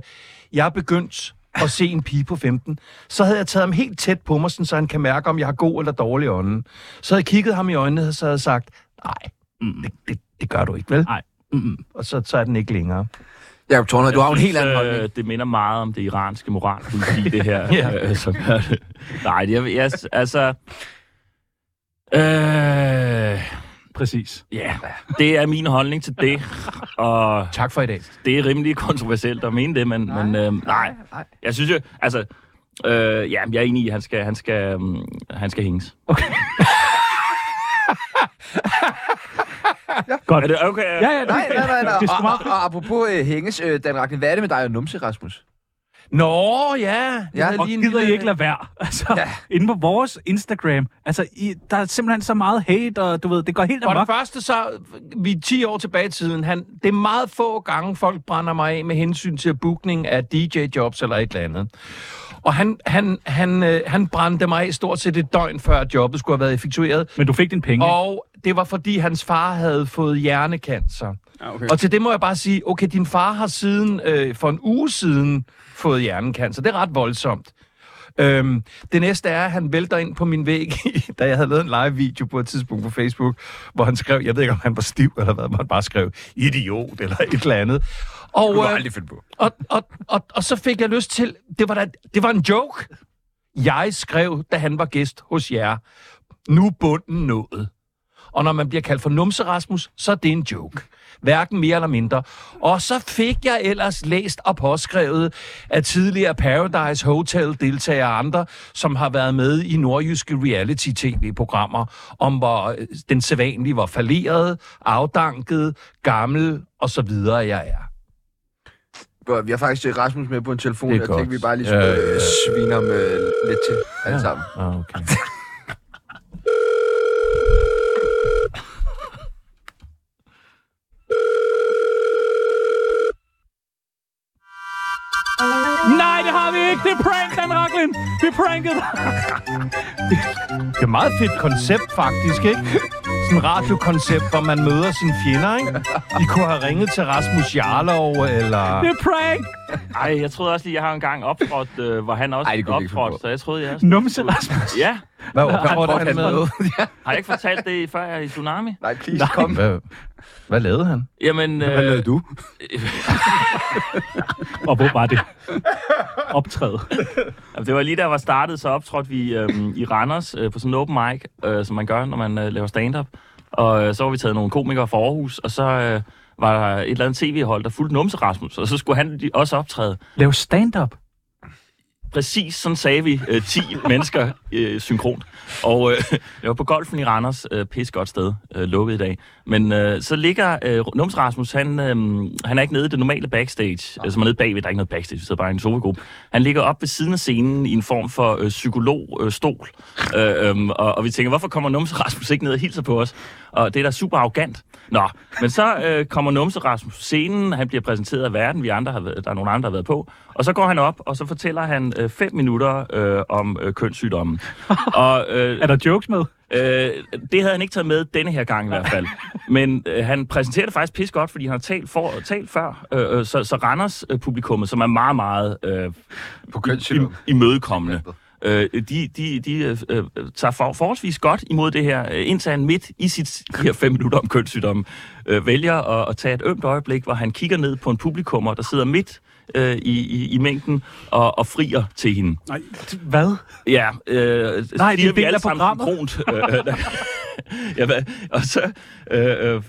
Speaker 4: jeg er begyndt at se en pige på 15, så havde jeg taget ham helt tæt på mig, sådan, så han kan mærke, om jeg har god eller dårlig ånden. Så havde jeg kigget ham i øjnene, og så havde jeg sagt, nej,
Speaker 2: Mm.
Speaker 4: det, det, det gør du ikke, vel?
Speaker 2: Nej. Mm-mm.
Speaker 4: Og så, så er den ikke længere.
Speaker 1: Jakob Tornhøj, du har jo en helt anden
Speaker 5: øh,
Speaker 1: holdning.
Speaker 5: Det minder meget om det iranske moralpoliti, det her.
Speaker 4: Ja.
Speaker 5: øh, som er det. Nej, det er, jeg, altså... Øh,
Speaker 2: Præcis.
Speaker 5: ja, det er min holdning til det, og
Speaker 4: Tak for i dag.
Speaker 5: det er rimelig kontroversielt at mene det, men nej, men, øh, nej.
Speaker 6: nej.
Speaker 5: jeg synes jo, altså, øh, ja, men jeg er enig i, at han skal, han skal, øhm, han skal hænges.
Speaker 2: Godt.
Speaker 5: Er det okay?
Speaker 2: Ja, ja,
Speaker 1: Nej, nej, nej, nej.
Speaker 2: Det er sgu
Speaker 1: Og,
Speaker 2: meget
Speaker 1: og, og apropos øh, Henges, øh, Dan Ragnar, hvad er det med dig og numse, Rasmus?
Speaker 4: Nå, ja. Det
Speaker 1: Ja.
Speaker 4: er da
Speaker 2: Og
Speaker 4: lige en
Speaker 2: gider I
Speaker 4: lille-
Speaker 2: ikke lade være? Altså, ja.
Speaker 1: Ja.
Speaker 2: inde på vores Instagram, altså, I, der er simpelthen så meget hate, og du ved, det går helt
Speaker 4: For det
Speaker 2: amok.
Speaker 4: første, så vi er 10 år tilbage i tiden. Han, det er meget få gange, folk brænder mig af med hensyn til bookning af DJ-jobs eller et eller andet. Og han, han, han, øh, han brændte mig af stort set et døgn, før jobbet skulle have været effektueret.
Speaker 2: Men du fik din penge.
Speaker 4: Og det var, fordi hans far havde fået hjernekancer.
Speaker 3: Ja, okay.
Speaker 4: Og til det må jeg bare sige, okay, din far har siden, øh, for en uge siden, fået hjernekancer. Det er ret voldsomt. Øhm, det næste er, at han vælter ind på min væg, da jeg havde lavet en live-video på et tidspunkt på Facebook, hvor han skrev, jeg ved ikke, om han var stiv eller hvad, hvor han bare skrev, idiot eller et eller andet. Og, øh,
Speaker 1: finde på.
Speaker 4: og, og, og, og så fik jeg lyst til, det var, da, det var en joke. Jeg skrev, da han var gæst hos jer. Nu er bunden nået. Og når man bliver kaldt for numse Rasmus, så er det en joke. Hverken mere eller mindre. Og så fik jeg ellers læst og påskrevet af tidligere Paradise Hotel-deltagere og andre, som har været med i nordjyske reality-tv-programmer, om hvor øh, den sædvanlige var falderet, afdanket, gammel og så videre jeg er.
Speaker 1: Bør- Vi har faktisk øh, Rasmus med på en telefon,
Speaker 4: Det er
Speaker 1: jeg tænkte,
Speaker 4: godt.
Speaker 1: vi bare lige skulle
Speaker 4: Ja, ja,
Speaker 1: øh, svine ham øh, lidt til alle sammen.
Speaker 4: Ah, okay.
Speaker 2: Nej, det har vi ikke. Det er prank, Dan Raklin. Vi prankede dig.
Speaker 4: Det er et meget fedt koncept, faktisk, ikke? Sådan et radiokoncept, hvor man møder sine fjender, ikke? De kunne have ringet til Rasmus Jarlov, eller...
Speaker 2: Det er prank.
Speaker 5: Ej, jeg troede også lige, jeg har engang optrådt, øh, hvor han også
Speaker 1: Ej, det kunne vi ikke finde på.
Speaker 5: optrådte, så jeg troede, jeg også...
Speaker 2: Numse Rasmus.
Speaker 5: Ja,
Speaker 4: Hvad, hvad, hvad,
Speaker 1: Prøv
Speaker 4: hvad,
Speaker 1: at
Speaker 4: hvad,
Speaker 1: han med.
Speaker 5: har jeg ikke fortalt det før jeg i Tsunami?
Speaker 1: Nej, please, kom.
Speaker 4: hvad, hvad lavede han?
Speaker 5: Jamen,
Speaker 3: Hvad lavede
Speaker 5: øh,
Speaker 3: du?
Speaker 2: Og hvor var det? Optræde.
Speaker 5: jamen, det var lige da jeg var startet, så optrådte vi øh, i Randers øh, på sådan en open mic, øh, som man gør, når man øh, laver stand-up. Og øh, så var vi taget nogle komikere fra Aarhus, og så øh, var der et eller andet tv-hold, der fulgte Numse Rasmus, og så skulle han lige også optræde.
Speaker 2: Lav stand-up.
Speaker 5: præcis sådan sagde vi øh, 10 mennesker øh, synkront. Og øh, jeg var på golfen i Randers, øh, pis godt sted, øh, lukket i dag. Men øh, så ligger øh, Nums Rasmus, han, øh, han er ikke nede i det normale backstage, øh, som er nede bagved, der er ikke noget backstage, vi sidder bare i en sovegruppe. Han ligger op ved siden af scenen i en form for øh, psykologstol. Øh, stol. øh, øh, og, og vi tænker, hvorfor kommer Numse Rasmus ikke ned og hilser på os? Og det er da super arrogant. Nå, men så øh, kommer Numse Rasmus på scenen, han bliver præsenteret af verden, vi andre har været, der er nogle andre, der har været på, og så går han op, og så fortæller han øh, fem minutter øh, om øh, kønssygdommen. og øh,
Speaker 2: Er der jokes med?
Speaker 5: Øh, det havde han ikke taget med denne her gang i hvert fald. Men øh, han præsenterer det faktisk pis godt, fordi han har talt, for, talt før. Øh, øh, så, så Randers øh, publikummet, som er meget, meget øh,
Speaker 1: På
Speaker 5: i,
Speaker 1: kønssygdom.
Speaker 5: imødekommende, øh, de, de, de øh, øh, tager for, forholdsvis godt imod det her, øh, indtil han midt i sit, de her fem minutter om kønssygdommen øh, vælger at, at tage et ømt øjeblik, hvor han kigger ned på en publikummer, der sidder midt øh, i, i, i mængden og, og frier til hende.
Speaker 3: Nej,
Speaker 2: Hvad?
Speaker 5: Ja, øh,
Speaker 2: Nej, det er
Speaker 5: siger
Speaker 2: en del
Speaker 5: vi alle
Speaker 2: af
Speaker 5: sammen
Speaker 2: programmet.
Speaker 5: synkront. Øh, øh, ja, hvad? og så, øh, øh,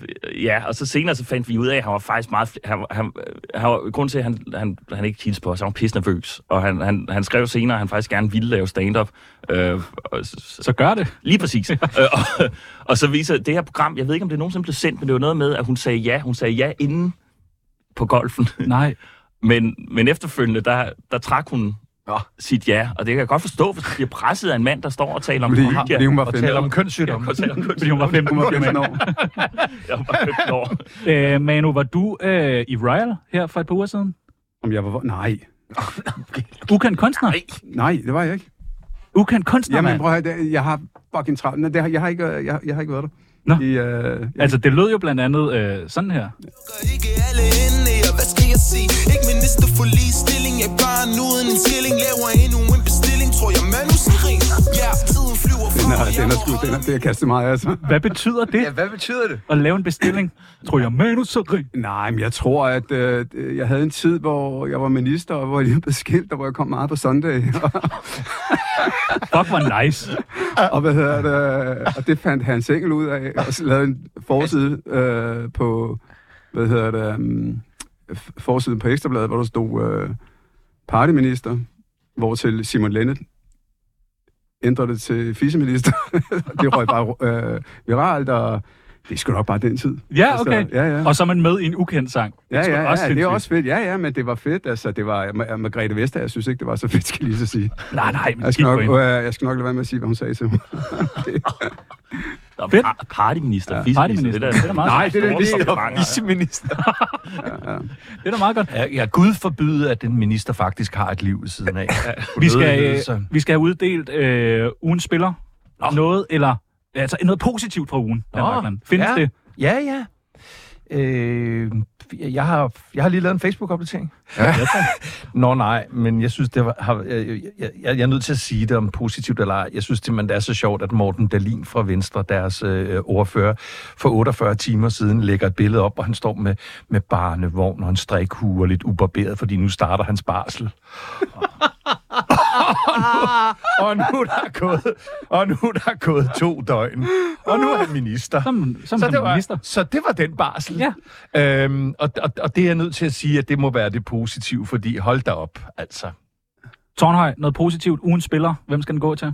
Speaker 5: ja, og så senere så fandt vi ud af, at han var faktisk meget... fl- Han, var- han, øh, han var, grunden til, at han, han, han ikke hilste på os, han var pisse nervøs. Og han, han, han skrev senere, at han faktisk gerne ville lave stand-up. Øh, og s- s-
Speaker 2: Så gør det.
Speaker 5: Lige præcis. øh, og, og så viser det her program, jeg ved ikke, om det nogensinde blev sendt, men det var noget med, at hun sagde ja. Hun sagde ja inden på golfen.
Speaker 2: Nej.
Speaker 5: Men, men efterfølgende, der, der trak hun
Speaker 1: Nå.
Speaker 5: sit ja, og det kan jeg godt forstå, hvis du bliver presset af en mand, der står og taler om
Speaker 3: fordi,
Speaker 5: og har-
Speaker 3: fordi hun var
Speaker 4: Og
Speaker 3: fem.
Speaker 4: tale om
Speaker 5: Ja,
Speaker 4: kønssygdomme.
Speaker 5: og taler om
Speaker 2: Fordi hun var
Speaker 3: Hun
Speaker 2: 15
Speaker 3: var
Speaker 2: år.
Speaker 3: 15 år.
Speaker 5: Jeg var 15 år.
Speaker 2: Øh, Manu, var du øh, i Royal her for et par uger siden?
Speaker 3: Om jeg var... hvor- Nej,
Speaker 2: Ukendt kunstner?
Speaker 3: nej, det var jeg ikke.
Speaker 2: Ukendt kunstner,
Speaker 3: Jamen,
Speaker 2: mand.
Speaker 3: prøv at høre, det- jeg har fucking travlt. Nej, det har, jeg, har ikke, jeg, jeg har ikke været der.
Speaker 2: Nå.
Speaker 3: I, øh, jeg,
Speaker 2: Altså, det lød jo blandt andet øh, sådan her.
Speaker 7: Lukker ikke alle endene, og hvad skal jeg sige? Ikke minister for ligestilling, jeg bare nu uden en skilling Laver endnu en bestilling, tror jeg manusen ringer Ja, tiden flyver fra,
Speaker 3: den, er,
Speaker 7: og jeg
Speaker 3: den er
Speaker 7: må
Speaker 3: sgu, den er, det er kastet meget, altså.
Speaker 2: Hvad betyder
Speaker 1: Ja,
Speaker 2: det
Speaker 1: hvad betyder det?
Speaker 2: at lave en bestilling? Tror jeg, Manu så rig.
Speaker 3: Nej, men jeg tror, at øh, jeg havde en tid, hvor jeg var minister, og hvor jeg lige blev skilt, og hvor jeg kom meget på Sunday.
Speaker 2: Fuck, hvor nice.
Speaker 3: og, hvad hedder det, og det fandt Hans Engel ud af, og så lavede en forside øh, på, hvad hedder det, um, forsiden på Ekstrabladet, hvor der stod øh, partyminister, hvor til Simon Lennet ændrede det til fiseminister. det røg bare øh, viralt, og det er sgu nok bare den tid. Altså,
Speaker 2: Ja, okay.
Speaker 3: ja, ja.
Speaker 2: Og så er man med i en ukendt sang. Det er
Speaker 3: Ja,
Speaker 2: sgu
Speaker 3: ja, ja, det er
Speaker 2: sindssygt.
Speaker 3: også fedt. Ja, ja, men det var fedt. Altså, det var Ma- Margrethe Vestager, jeg synes ikke, det var så fedt, skal jeg lige så sige.
Speaker 2: Nej, nej, men
Speaker 3: Jeg
Speaker 2: skidt
Speaker 3: skal,
Speaker 2: på
Speaker 3: nok, øh,
Speaker 2: hende.
Speaker 3: jeg skal nok lade være med at sige, hvad hun sagde til mig.
Speaker 5: Nå,
Speaker 2: Fedt.
Speaker 5: par- Partyminister, ja.
Speaker 2: Partyminister. Det er da meget
Speaker 5: Nej,
Speaker 2: sejt.
Speaker 5: det er da
Speaker 1: Vi
Speaker 5: store
Speaker 1: er
Speaker 5: komplimenter.
Speaker 1: viceminister.
Speaker 2: Det er da meget godt.
Speaker 4: Ja, ja, Gud forbyde, at en minister faktisk har et liv ved siden af.
Speaker 2: Vi skal, øh, vi skal have uddelt øh, ugens spiller. Nå. Noget, eller altså noget positivt fra ugen. Dan Rachland. Findes
Speaker 4: ja.
Speaker 2: det?
Speaker 4: Ja, ja. Øh, jeg, har, jeg har lige lavet en Facebook-opdatering. Ja. Nå nej, men jeg synes, det var, har, jeg, jeg, jeg, jeg er nødt til at sige det om positivt eller ej. Jeg synes simpelthen, det er så sjovt, at Morten Dalin fra Venstre, deres øh, ordfører, for 48 timer siden lægger et billede op, hvor han står med, med barnevogn og en strikhue og lidt ubarberet, fordi nu starter hans barsel. og nu er der gået, og nu er der gået to døgn. Og nu er han minister.
Speaker 2: Som, som
Speaker 4: så,
Speaker 2: så
Speaker 4: det
Speaker 2: minister.
Speaker 4: var, så det var den barsel.
Speaker 2: Ja.
Speaker 4: Øhm, og, og, og det er jeg nødt til at sige, at det må være det positive, fordi hold da op, altså.
Speaker 2: Tornhøj, noget positivt. Ugen spiller. Hvem skal den gå til?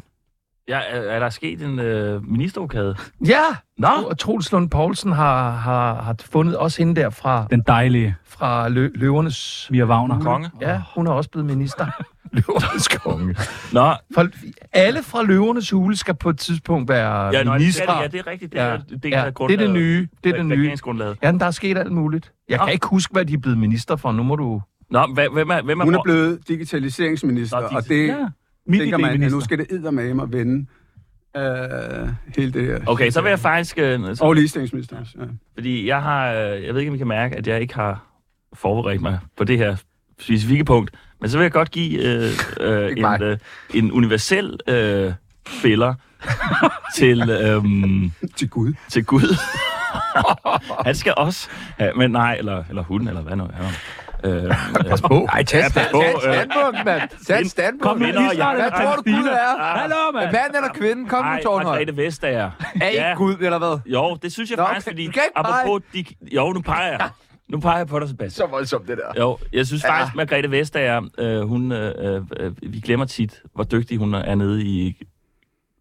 Speaker 5: Ja, er, er der sket en øh, ministerrokade?
Speaker 4: Ja!
Speaker 5: Nå,
Speaker 4: Og Troels Lund Poulsen har, har, har fundet også hende der fra,
Speaker 2: Den dejlige
Speaker 4: fra lø, Løvernes...
Speaker 2: Via Wagner.
Speaker 5: konge.
Speaker 4: Ja, hun er også blevet minister. Løvernes konge.
Speaker 5: Nå,
Speaker 4: For, alle fra Løvernes Hule skal på et tidspunkt være
Speaker 5: ja, nå, det,
Speaker 4: minister.
Speaker 5: er det, ja, det er rigtigt. Det er, ja. det,
Speaker 4: ja, det er det nye. Det er det nye.
Speaker 5: Regeringsgrundlaget.
Speaker 4: Ja, men der er sket alt muligt. Jeg kan
Speaker 5: Nå.
Speaker 4: ikke huske, hvad de er blevet minister for. Nu må du...
Speaker 5: Nå, hva- hvem er, hvem er,
Speaker 3: Hun er
Speaker 5: blevet...
Speaker 3: blevet digitaliseringsminister,
Speaker 5: Nå,
Speaker 3: og
Speaker 5: digitalis-
Speaker 3: det
Speaker 2: Ja. Mit
Speaker 3: tænker man, at
Speaker 2: idéminister.
Speaker 3: nu skal det eddermame at vende øh, hele det her.
Speaker 5: Okay, så vil jeg faktisk... Øh, så,
Speaker 3: Og ligestillingsminister også, ja.
Speaker 5: Fordi jeg har... øh, Jeg ved ikke, om I kan mærke, at jeg ikke har forberedt mig på det her specifikke punkt. Men så vil jeg godt give øh, øh,
Speaker 1: Ikke mig.
Speaker 5: en, øh, en universel øh, fælder til... Øh,
Speaker 3: Til Gud.
Speaker 5: til Gud. han skal også have, men nej, eller, eller hun, eller hvad nu er øh, Pas på.
Speaker 1: Nej, tag et
Speaker 5: pas på, øh.
Speaker 1: standpunkt, mand. Tag et standpunkt.
Speaker 2: Kom nu,
Speaker 5: Vinder
Speaker 2: lige
Speaker 5: og
Speaker 2: snart.
Speaker 5: jeg.
Speaker 1: Hvad tror du, Gud er?
Speaker 2: Hallo, mand.
Speaker 1: Mand Ah. eller kvinde? Kom nu,
Speaker 5: Nej,
Speaker 1: Tornhøj.
Speaker 5: Margrethe Vestager.
Speaker 1: Er ikke Gud, eller hvad?
Speaker 5: Jo, det synes jeg
Speaker 1: Nå,
Speaker 5: faktisk,
Speaker 1: okay.
Speaker 5: fordi...
Speaker 1: Du kan ikke pege.
Speaker 5: apropos, de, jo, nu peger jeg. Nu peger jeg på dig, Sebastian.
Speaker 1: Så voldsomt, det der.
Speaker 5: Jo, jeg synes ja. faktisk, Margrethe Vestager, øh, hun, øh, øh, vi glemmer tit, hvor dygtig hun er nede i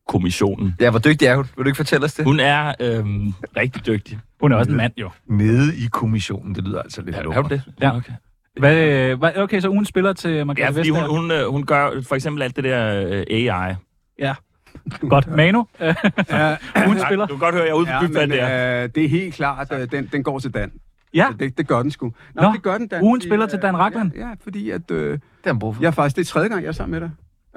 Speaker 5: kommissionen.
Speaker 1: Ja, hvor dygtig er hun? Vil du ikke fortælle os det?
Speaker 5: Hun er øh, rigtig dygtig.
Speaker 2: Hun er også en mand, jo.
Speaker 4: Nede i kommissionen, det lyder altså lidt
Speaker 5: Er hun det?
Speaker 2: Ja.
Speaker 5: Okay.
Speaker 2: Hvad, øh, hvad, okay, så ugen spiller til
Speaker 5: Ja,
Speaker 2: Margrethe
Speaker 5: fordi hun,
Speaker 2: Vestager.
Speaker 5: hun, øh, hun gør for eksempel alt det der øh, AI.
Speaker 2: Godt. Manu, øh, ugen
Speaker 5: Nej,
Speaker 2: spiller.
Speaker 5: du kan godt høre, jeg er ude på
Speaker 3: Ja,
Speaker 5: ja,
Speaker 3: men
Speaker 5: byfald der.
Speaker 3: øh, det er helt klart, at øh, den, den går til Dan. Altså,
Speaker 2: Ja,
Speaker 3: Det, det gør den sgu. Nå,
Speaker 2: Nå,
Speaker 3: det gør den, Dan.
Speaker 2: ugen
Speaker 3: fordi,
Speaker 2: spiller
Speaker 3: øh,
Speaker 2: til Dan Rachmann.
Speaker 3: Ja, ja, fordi at... Øh,
Speaker 1: Det har han brug for.
Speaker 3: jeg er faktisk, det er tredje gang, jeg er sammen med dig.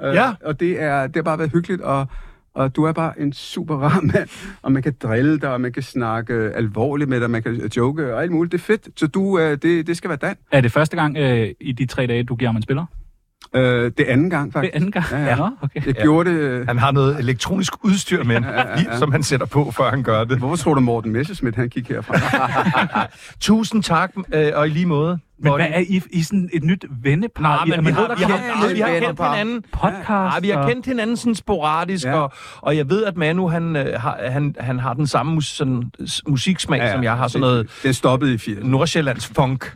Speaker 3: Øh,
Speaker 4: Ja.
Speaker 3: Og det, er, det har bare været hyggeligt, og, og du er bare en super rar mand, og man kan drille dig, og man kan snakke øh, alvorligt med dig, man kan joke og alt muligt. Det er fedt, så du, øh, det, det skal være Dan.
Speaker 2: er det første gang øh, i de tre dage, du giver ham en spiller?
Speaker 3: Øh, det er anden gang,
Speaker 2: Det
Speaker 3: faktisk.
Speaker 2: er anden gang.
Speaker 3: Ja, ja.
Speaker 2: Nå, okay.
Speaker 3: Jeg gjorde det... øh,
Speaker 4: Han har noget elektronisk udstyr med, i- som han sætter på, før han gør det.
Speaker 3: Hvorfor tror du, Morten Messerschmidt, han gik herfra?
Speaker 4: Tusind tak, øh, og i lige måde.
Speaker 2: Men hvad er I, I sådan et nyt vennepar?
Speaker 4: Nej, men vi
Speaker 2: Man ved,
Speaker 4: har,
Speaker 2: der
Speaker 4: vi har,
Speaker 2: kommer
Speaker 4: vi har, vi har
Speaker 1: Ja,
Speaker 4: kendt
Speaker 1: ja.
Speaker 4: hinanden.
Speaker 2: podcast.
Speaker 4: Ja, Ah, vi har kendt hinanden sådan sporadisk,
Speaker 3: Ja.
Speaker 4: ja. og, og jeg ved, at Manu, han, øh, har, han, han har den samme mus, sådan, s- musiksmag, ja, som jeg har. Sådan noget
Speaker 3: Den stoppede i 80'erne.
Speaker 4: Nordsjællands funk.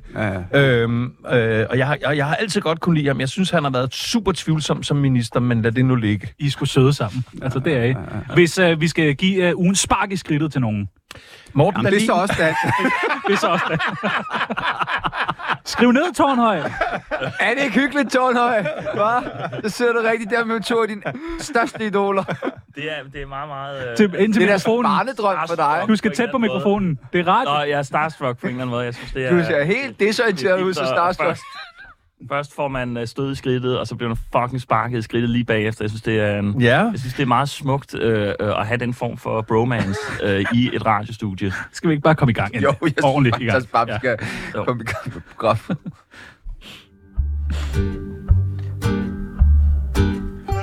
Speaker 3: Ja.
Speaker 4: Øhm, øh, og jeg har, jeg, jeg har altid godt kunne lide ham. Jeg synes, han har været super tvivlsom som minister, men lad det nu ligge.
Speaker 2: I er sgu søde sammen. Altså, det er I. Hvis øh, vi skal give øh, ugen spark i skridtet til nogen.
Speaker 4: Morten
Speaker 3: Jamen, det er
Speaker 4: Dahlin,
Speaker 3: så også Dan.
Speaker 2: Hvis også det. Skriv ned, Tornhøj.
Speaker 1: Er det ikke hyggeligt, Tornhøj? Hva? Så sidder du rigtig der med to af dine største idoler.
Speaker 5: Det er, det er meget, meget... Øh,
Speaker 2: Til, ind
Speaker 1: Det
Speaker 2: til
Speaker 1: er da en
Speaker 2: mikrofonen.
Speaker 1: barnedrøm for dig.
Speaker 2: Du skal tæt på mikrofonen. Det er
Speaker 5: Nå,
Speaker 2: rart.
Speaker 5: jeg er starstruck på en eller anden måde. Jeg synes, det er...
Speaker 1: Du ser helt desorienteret ud, så
Speaker 5: Så
Speaker 1: starstruck.
Speaker 5: Først, først får man øh, stød i skridtet, og så bliver man fucking sparket i skridtet lige bagefter. Jeg synes, det er en...
Speaker 4: Ja.
Speaker 5: Jeg synes, det er meget smukt øh, øh, at have den form for bromance øh, i et radiostudie.
Speaker 2: Skal vi ikke bare komme i gang?
Speaker 1: Jo, jeg synes
Speaker 2: Ordentligt i gang.
Speaker 1: faktisk bare, vi
Speaker 2: Ja.
Speaker 1: skal
Speaker 5: Jo.
Speaker 1: komme i gang med programmet.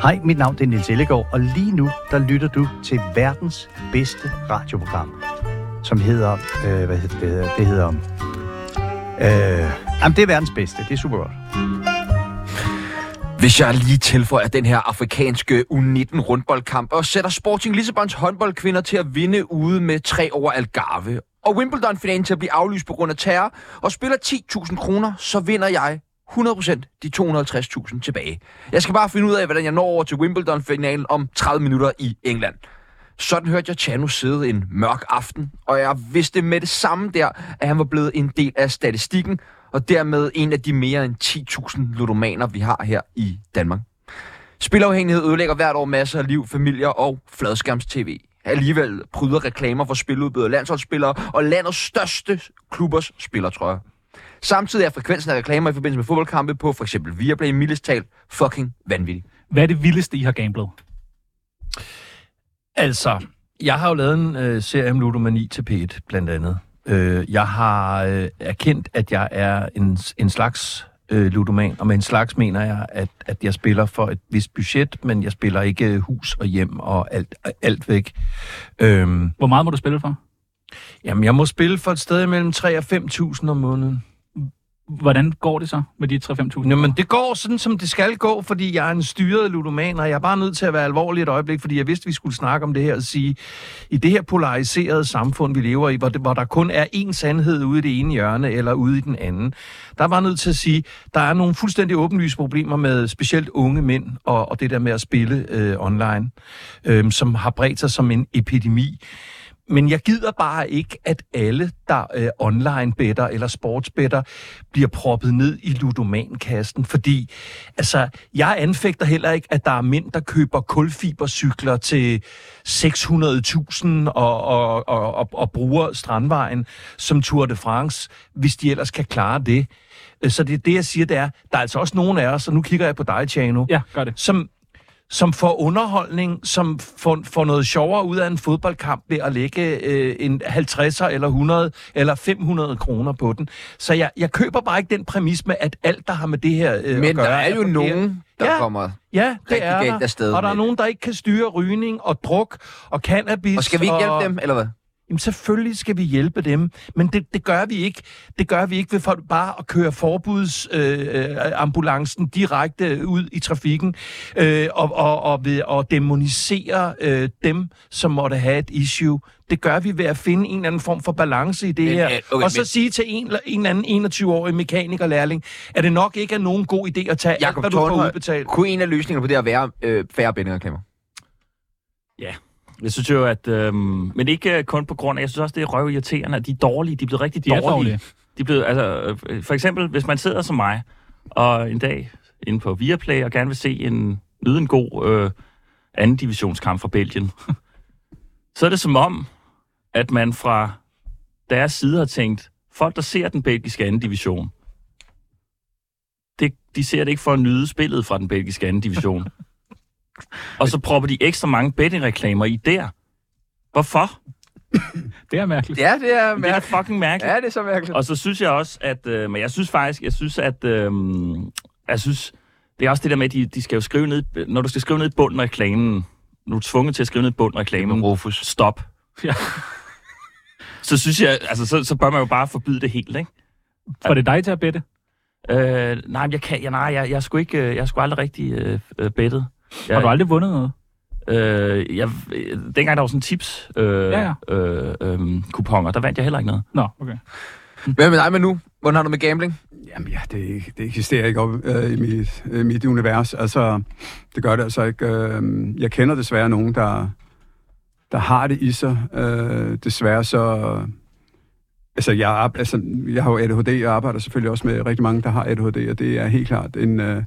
Speaker 8: Hej, mit navn det er Nils Ellegaard, og lige nu der lytter du til verdens bedste radioprogram, som hedder... Øh, hvad hedder det? Det hedder... Øh, jamen, det er verdens bedste. Det er super godt.
Speaker 1: Hvis jeg lige tilføjer den her afrikanske U19-rundboldkamp og sætter Sporting Lissabons håndboldkvinder til at vinde ude med tre over Algarve, og Wimbledon-finalen til at blive aflyst på grund af terror, og spiller 10.000 kroner, så vinder jeg 100% de 250.000 tilbage. Jeg skal bare finde ud af, hvordan jeg når over til Wimbledon-finalen om 30 minutter i England. Sådan hørte jeg Chano sidde en mørk aften, og jeg vidste med det samme der, at han var blevet en del af statistikken, og dermed en af de mere end 10.000 ludomaner, vi har her i Danmark. Spilafhængighed ødelægger hvert år masser af liv, familier og fladskærms-tv. Alligevel pryder reklamer for spiludbydere, landsholdsspillere og landets største klubbers spillertrøjer. Samtidig er frekvensen af reklamer i forbindelse med fodboldkampe på f.eks. Viaplay mildest talt fucking vanvittig.
Speaker 2: Hvad er det vildeste, I har gamblet?
Speaker 4: altså, jeg har jo lavet en øh, serie om ludomani til P1, blandt andet. Øh, jeg har øh, erkendt, at jeg er en, en slags øh, ludoman, og med en slags mener jeg, at, at jeg spiller for et vist budget, men jeg spiller ikke øh, hus og hjem og alt, alt væk. Øhm,
Speaker 2: Hvor meget må du spille for?
Speaker 4: Jamen, jeg må spille for et sted mellem 3 og 5.000 om måneden.
Speaker 2: Hvordan går det så med de 3-5.000?
Speaker 4: Nå, men det går sådan, som det skal gå, fordi jeg er en styret ludoman, og jeg er bare nødt til at være alvorlig et øjeblik, fordi jeg vidste, vi skulle snakke om det her og sige, i det her polariserede samfund, vi lever i, hvor, det, hvor der kun er én sandhed ude i det ene hjørne eller ude i den anden, der var nødt til at sige, der er nogle fuldstændig åbenlyse problemer med specielt unge mænd og, og det der med at spille øh, online, øh, som har bredt sig som en epidemi. Men jeg gider bare ikke, at alle, der øh, online-better eller sportsbetter, bliver proppet ned i ludomankassen, fordi altså, jeg anfægter heller ikke, at der er mænd, der køber kulfibercykler til 600.000 Øhm, og, og, og, og, og bruger Strandvejen som Tour de France, hvis de ellers kan klare det. Øh, Så det, det, jeg siger, det er, der er altså også nogen af os, og nu kigger jeg på dig, Tjano,
Speaker 2: Ja, gør det.
Speaker 4: som, som får underholdning, som får, får noget sjovere ud af en fodboldkamp ved at lægge øh, en 50'er eller 100 eller 500 kroner på den. Så jeg, jeg køber bare ikke den præmis med, at alt, der har med det her øh, at
Speaker 1: Men
Speaker 4: gøre...
Speaker 1: der er jo
Speaker 4: forkert.
Speaker 1: nogen, der
Speaker 4: Ja.
Speaker 1: kommer...
Speaker 4: Ja, det
Speaker 1: rigtig
Speaker 4: er
Speaker 1: galt
Speaker 4: der.
Speaker 1: afsted
Speaker 4: og
Speaker 1: med
Speaker 4: der er
Speaker 1: det.
Speaker 4: nogen, der ikke kan styre rygning og druk og cannabis.
Speaker 1: Og skal vi ikke hjælpe
Speaker 4: og...
Speaker 1: dem, eller hvad?
Speaker 4: Jamen selvfølgelig skal vi hjælpe dem, men det, det gør vi ikke. Det gør vi ikke ved for, bare at køre forbudsambulancen øh, ambulancen direkte ud i trafikken øh, og, og, og ved at demonisere øh, dem, som måtte have et issue. Det gør vi ved at finde en eller anden form for balance i det
Speaker 1: Men,
Speaker 4: her.
Speaker 1: øh, okay,
Speaker 4: og så
Speaker 1: men-
Speaker 4: sige til en, eller- en eller anden 21-årig mekanikerlærling, at det nok ikke er nogen god idé at tage
Speaker 1: Jakob
Speaker 4: alt, hvad du får
Speaker 1: Tornhøj.
Speaker 4: udbetalt.
Speaker 1: Kunne en af løsningerne på det her være øh, færre bindingreklemmer?
Speaker 5: Jeg synes jo, at... Øhm, men ikke øh, kun på grund af... Jeg synes også, det er røvirriterende, at de er dårlige. De er blevet rigtig
Speaker 2: De er
Speaker 5: dårlige.
Speaker 2: dårlige.
Speaker 5: De er blevet, altså, øh, for eksempel, hvis man sidder som mig, og en dag inde på Viaplay, og gerne vil se en, nyde en god øh, anden divisionskamp fra Belgien, så er det som om, at man fra deres side har tænkt, folk, der ser den belgiske anden division, det, de ser det ikke for at nyde spillet fra den belgiske anden division. og så propper de ekstra mange bettingreklamer i der. Hvorfor?
Speaker 2: Det er mærkeligt.
Speaker 1: Ja, det er
Speaker 5: Det er
Speaker 1: mærkeligt.
Speaker 5: fucking mærkeligt.
Speaker 1: Ja, det er så mærkeligt.
Speaker 5: Og så synes jeg også, at... Øh, men jeg synes faktisk, jeg synes, at... Øh, jeg synes, det er også det der med, at de, de skal jo skrive ned... Når du skal skrive ned i bunden af reklamen, nu er du tvunget til at skrive ned i bunden af reklamen,
Speaker 1: Rufus.
Speaker 5: stop.
Speaker 2: Ja.
Speaker 5: så synes jeg, altså, så, så bør man jo bare forbyde det helt, ikke?
Speaker 2: Får det dig til at bette?
Speaker 5: Øh, nej, men jeg kan, jeg, nej, jeg, jeg er sgu ikke, øh, jeg er sgu aldrig rigtig øh, øh, bettet. Jeg,
Speaker 2: Har du aldrig vundet noget?
Speaker 5: Øh, jeg, øh, dengang der var sådan tips øh,
Speaker 2: Ja,
Speaker 5: ja, ja. Øh, øh, kuponer, der vandt jeg heller ikke noget.
Speaker 2: Nå, okay.
Speaker 1: Hvad med dig med nu? Hvordan har du med gambling?
Speaker 3: Jamen ja, det, er ikke- det eksisterer ikke op øh, i mit, øh, mit univers. Altså, det gør det altså ikke. Øh, jeg kender desværre nogen, der, der har det i sig. Øh, desværre så... Altså jeg, ar- altså, jeg har jo ADHD, og arbejder selvfølgelig også med rigtig mange, der har ADHD, og det er helt klart en, øh,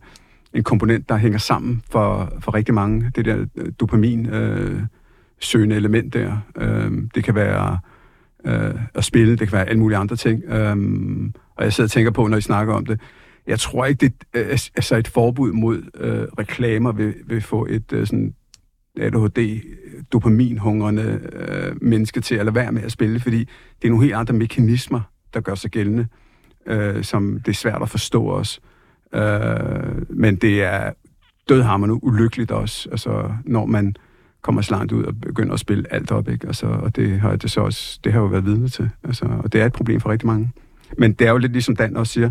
Speaker 3: en komponent, der hænger sammen for, for rigtig mange. Det der øh, dopamin øh, søgende element der. Øh, det kan være øh, at spille, det kan være alle mulige andre ting. Øhm, og jeg sidder og tænker på, når I snakker om det, jeg tror ikke, det øh, altså et forbud mod øh, reklamer vil, vil få et øh, sådan ADHD, dopaminhungrende øh, menneske til at lade være med at spille, fordi det er nogle helt andre mekanismer, der gør sig gældende, øh, som det er svært at forstå også. Øh, men det er dødhammerne ulykkeligt også, altså, når man kommer så langt ud og begynder at spille alt op, ikke? Altså, og det har, jeg det, så også, det har jeg jo været vidne til, altså, og det er et problem for rigtig mange. Men det er jo lidt ligesom Dan også siger,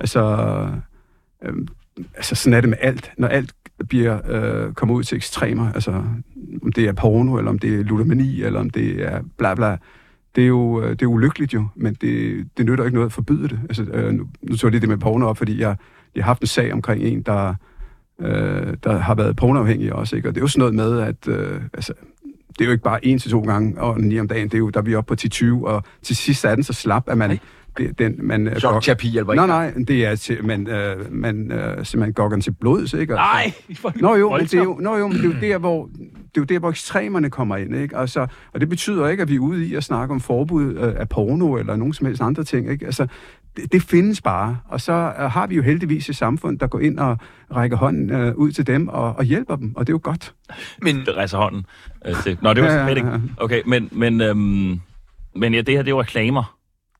Speaker 3: altså, øhm, altså sådan er det med alt. Når alt bliver, øh, kommer ud til ekstremer, altså om det er porno, eller om det er ludomani, eller om det er bla bla, det er jo øh, det er ulykkeligt jo, men det, det nytter ikke noget at forbyde det. Altså, øh, nu, nu tog jeg lige det med porno op, fordi jeg, jeg har haft en sag omkring en, der, øh, der har været pornoafhængig også, ikke? og det er jo sådan noget med, at øh, altså, det er jo ikke bare en til to gange og ni om dagen, det er jo, der er vi oppe på 10-20, og til sidst er den så slap, at man... det- Den, man øh, går-
Speaker 1: Chokterapi hjælper ikke.
Speaker 3: Nej, nej, det er, til, man, øh, man øh, simpelthen gokker den til blods, ikke? Altså,
Speaker 2: Nej!
Speaker 3: Nå jo, men det er jo, nå jo, men det er jo der, hvor det er jo der, hvor ekstremerne kommer ind, ikke? Altså, og det betyder ikke, at vi er ude i at snakke om forbud øh, af porno eller nogen som helst andre ting, ikke? Altså, det, det findes bare, og så øh, har vi jo heldigvis et samfund, der går ind og rækker hånden øh, ud til dem og, og hjælper dem, og det er jo godt.
Speaker 1: Men
Speaker 5: der rejser hånden. Øh, til. Nå, det var
Speaker 3: Ja,
Speaker 5: ja,
Speaker 3: ja,
Speaker 5: betting.
Speaker 3: ja.
Speaker 5: Okay, men, men, øhm, men ja, det her, det er jo reklamer.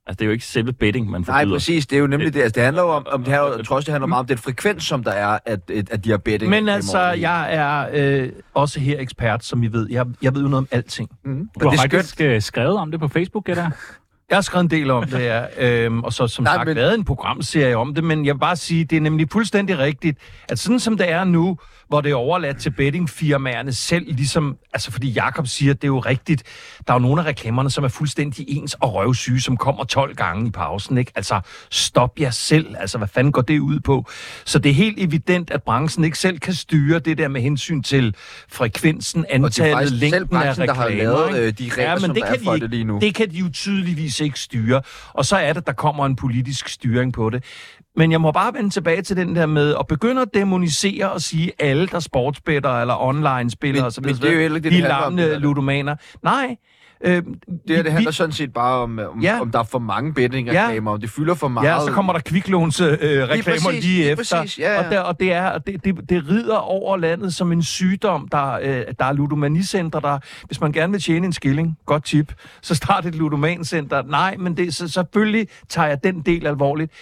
Speaker 5: Altså, det er jo ikke selve betting, man forbyder.
Speaker 1: Nej, præcis. Det Mm. er jo nemlig det. Altså, det handler jo om, om det her, trods det handler meget om den frekvens, som der er, at, at, at de har betting.
Speaker 4: Men altså,
Speaker 1: fremover.
Speaker 4: jeg er øh, også her ekspert, som I ved. Jeg, jeg ved jo noget om alting.
Speaker 1: Mm.
Speaker 2: Du
Speaker 1: Og det
Speaker 2: har
Speaker 1: er skønt.
Speaker 2: faktisk øh, skrevet om det på Facebook, gætter jeg.
Speaker 4: Jeg har skrevet en del om det, ja. øhm, og så som
Speaker 1: Nej,
Speaker 4: Nej, sagt
Speaker 1: men-
Speaker 4: men... lavet en programserie om det, men jeg vil bare sige, det er nemlig fuldstændig rigtigt, at sådan som det er nu, hvor det er overladt til bettingfirmaerne selv, ligesom, altså fordi Jakob siger, det er jo rigtigt, der er jo nogle af reklamerne, som er fuldstændig ens og røvsyge, som kommer 12 gange i pausen, ikke? Altså, stop jer selv, altså hvad fanden går det ud på? Så det er helt evident, at branchen ikke selv kan styre det der med hensyn til frekvensen,
Speaker 1: Og det er
Speaker 4: antallet,
Speaker 1: faktisk selv
Speaker 4: længden af
Speaker 1: branchen, der har
Speaker 4: reklamer.
Speaker 1: lavet,
Speaker 4: ikke?
Speaker 1: øh, de regler, som
Speaker 4: det
Speaker 1: der er
Speaker 4: kan de
Speaker 1: for
Speaker 4: ikke-
Speaker 1: det lige nu.
Speaker 4: Det kan de jo tydeligvis ikke styre. Og så er det, der kommer en politisk styring på det. Men jeg må bare vende tilbage til den der med at begynde at demonisere og sige, alle, der sportsbetter eller online-spillere
Speaker 1: Men-
Speaker 4: osv.,
Speaker 1: men det er jo heller ikke det,
Speaker 4: de
Speaker 1: det handler om, det
Speaker 4: larmende
Speaker 1: der.
Speaker 4: ludomaner. Nej. Øh,
Speaker 1: Det, her, det handler sådan set bare om, øh, om, ja.
Speaker 4: Ja.
Speaker 1: om der er for mange bettingreklamer, ja. om det fylder for meget.
Speaker 4: Ja, og så kommer der kviklånsreklamer øh, reklamer
Speaker 1: præcis,
Speaker 4: lige
Speaker 1: lige
Speaker 4: efter.
Speaker 1: præcis, ja, ja.
Speaker 4: Og, der, og det, er, det, det, det rider over landet som en sygdom. Der, øh, der er ludomanicenter, der... Hvis man gerne vil tjene en skilling, godt tip, så start et ludomancenter. Nej, men det, så, selvfølgelig tager jeg den del alvorligt.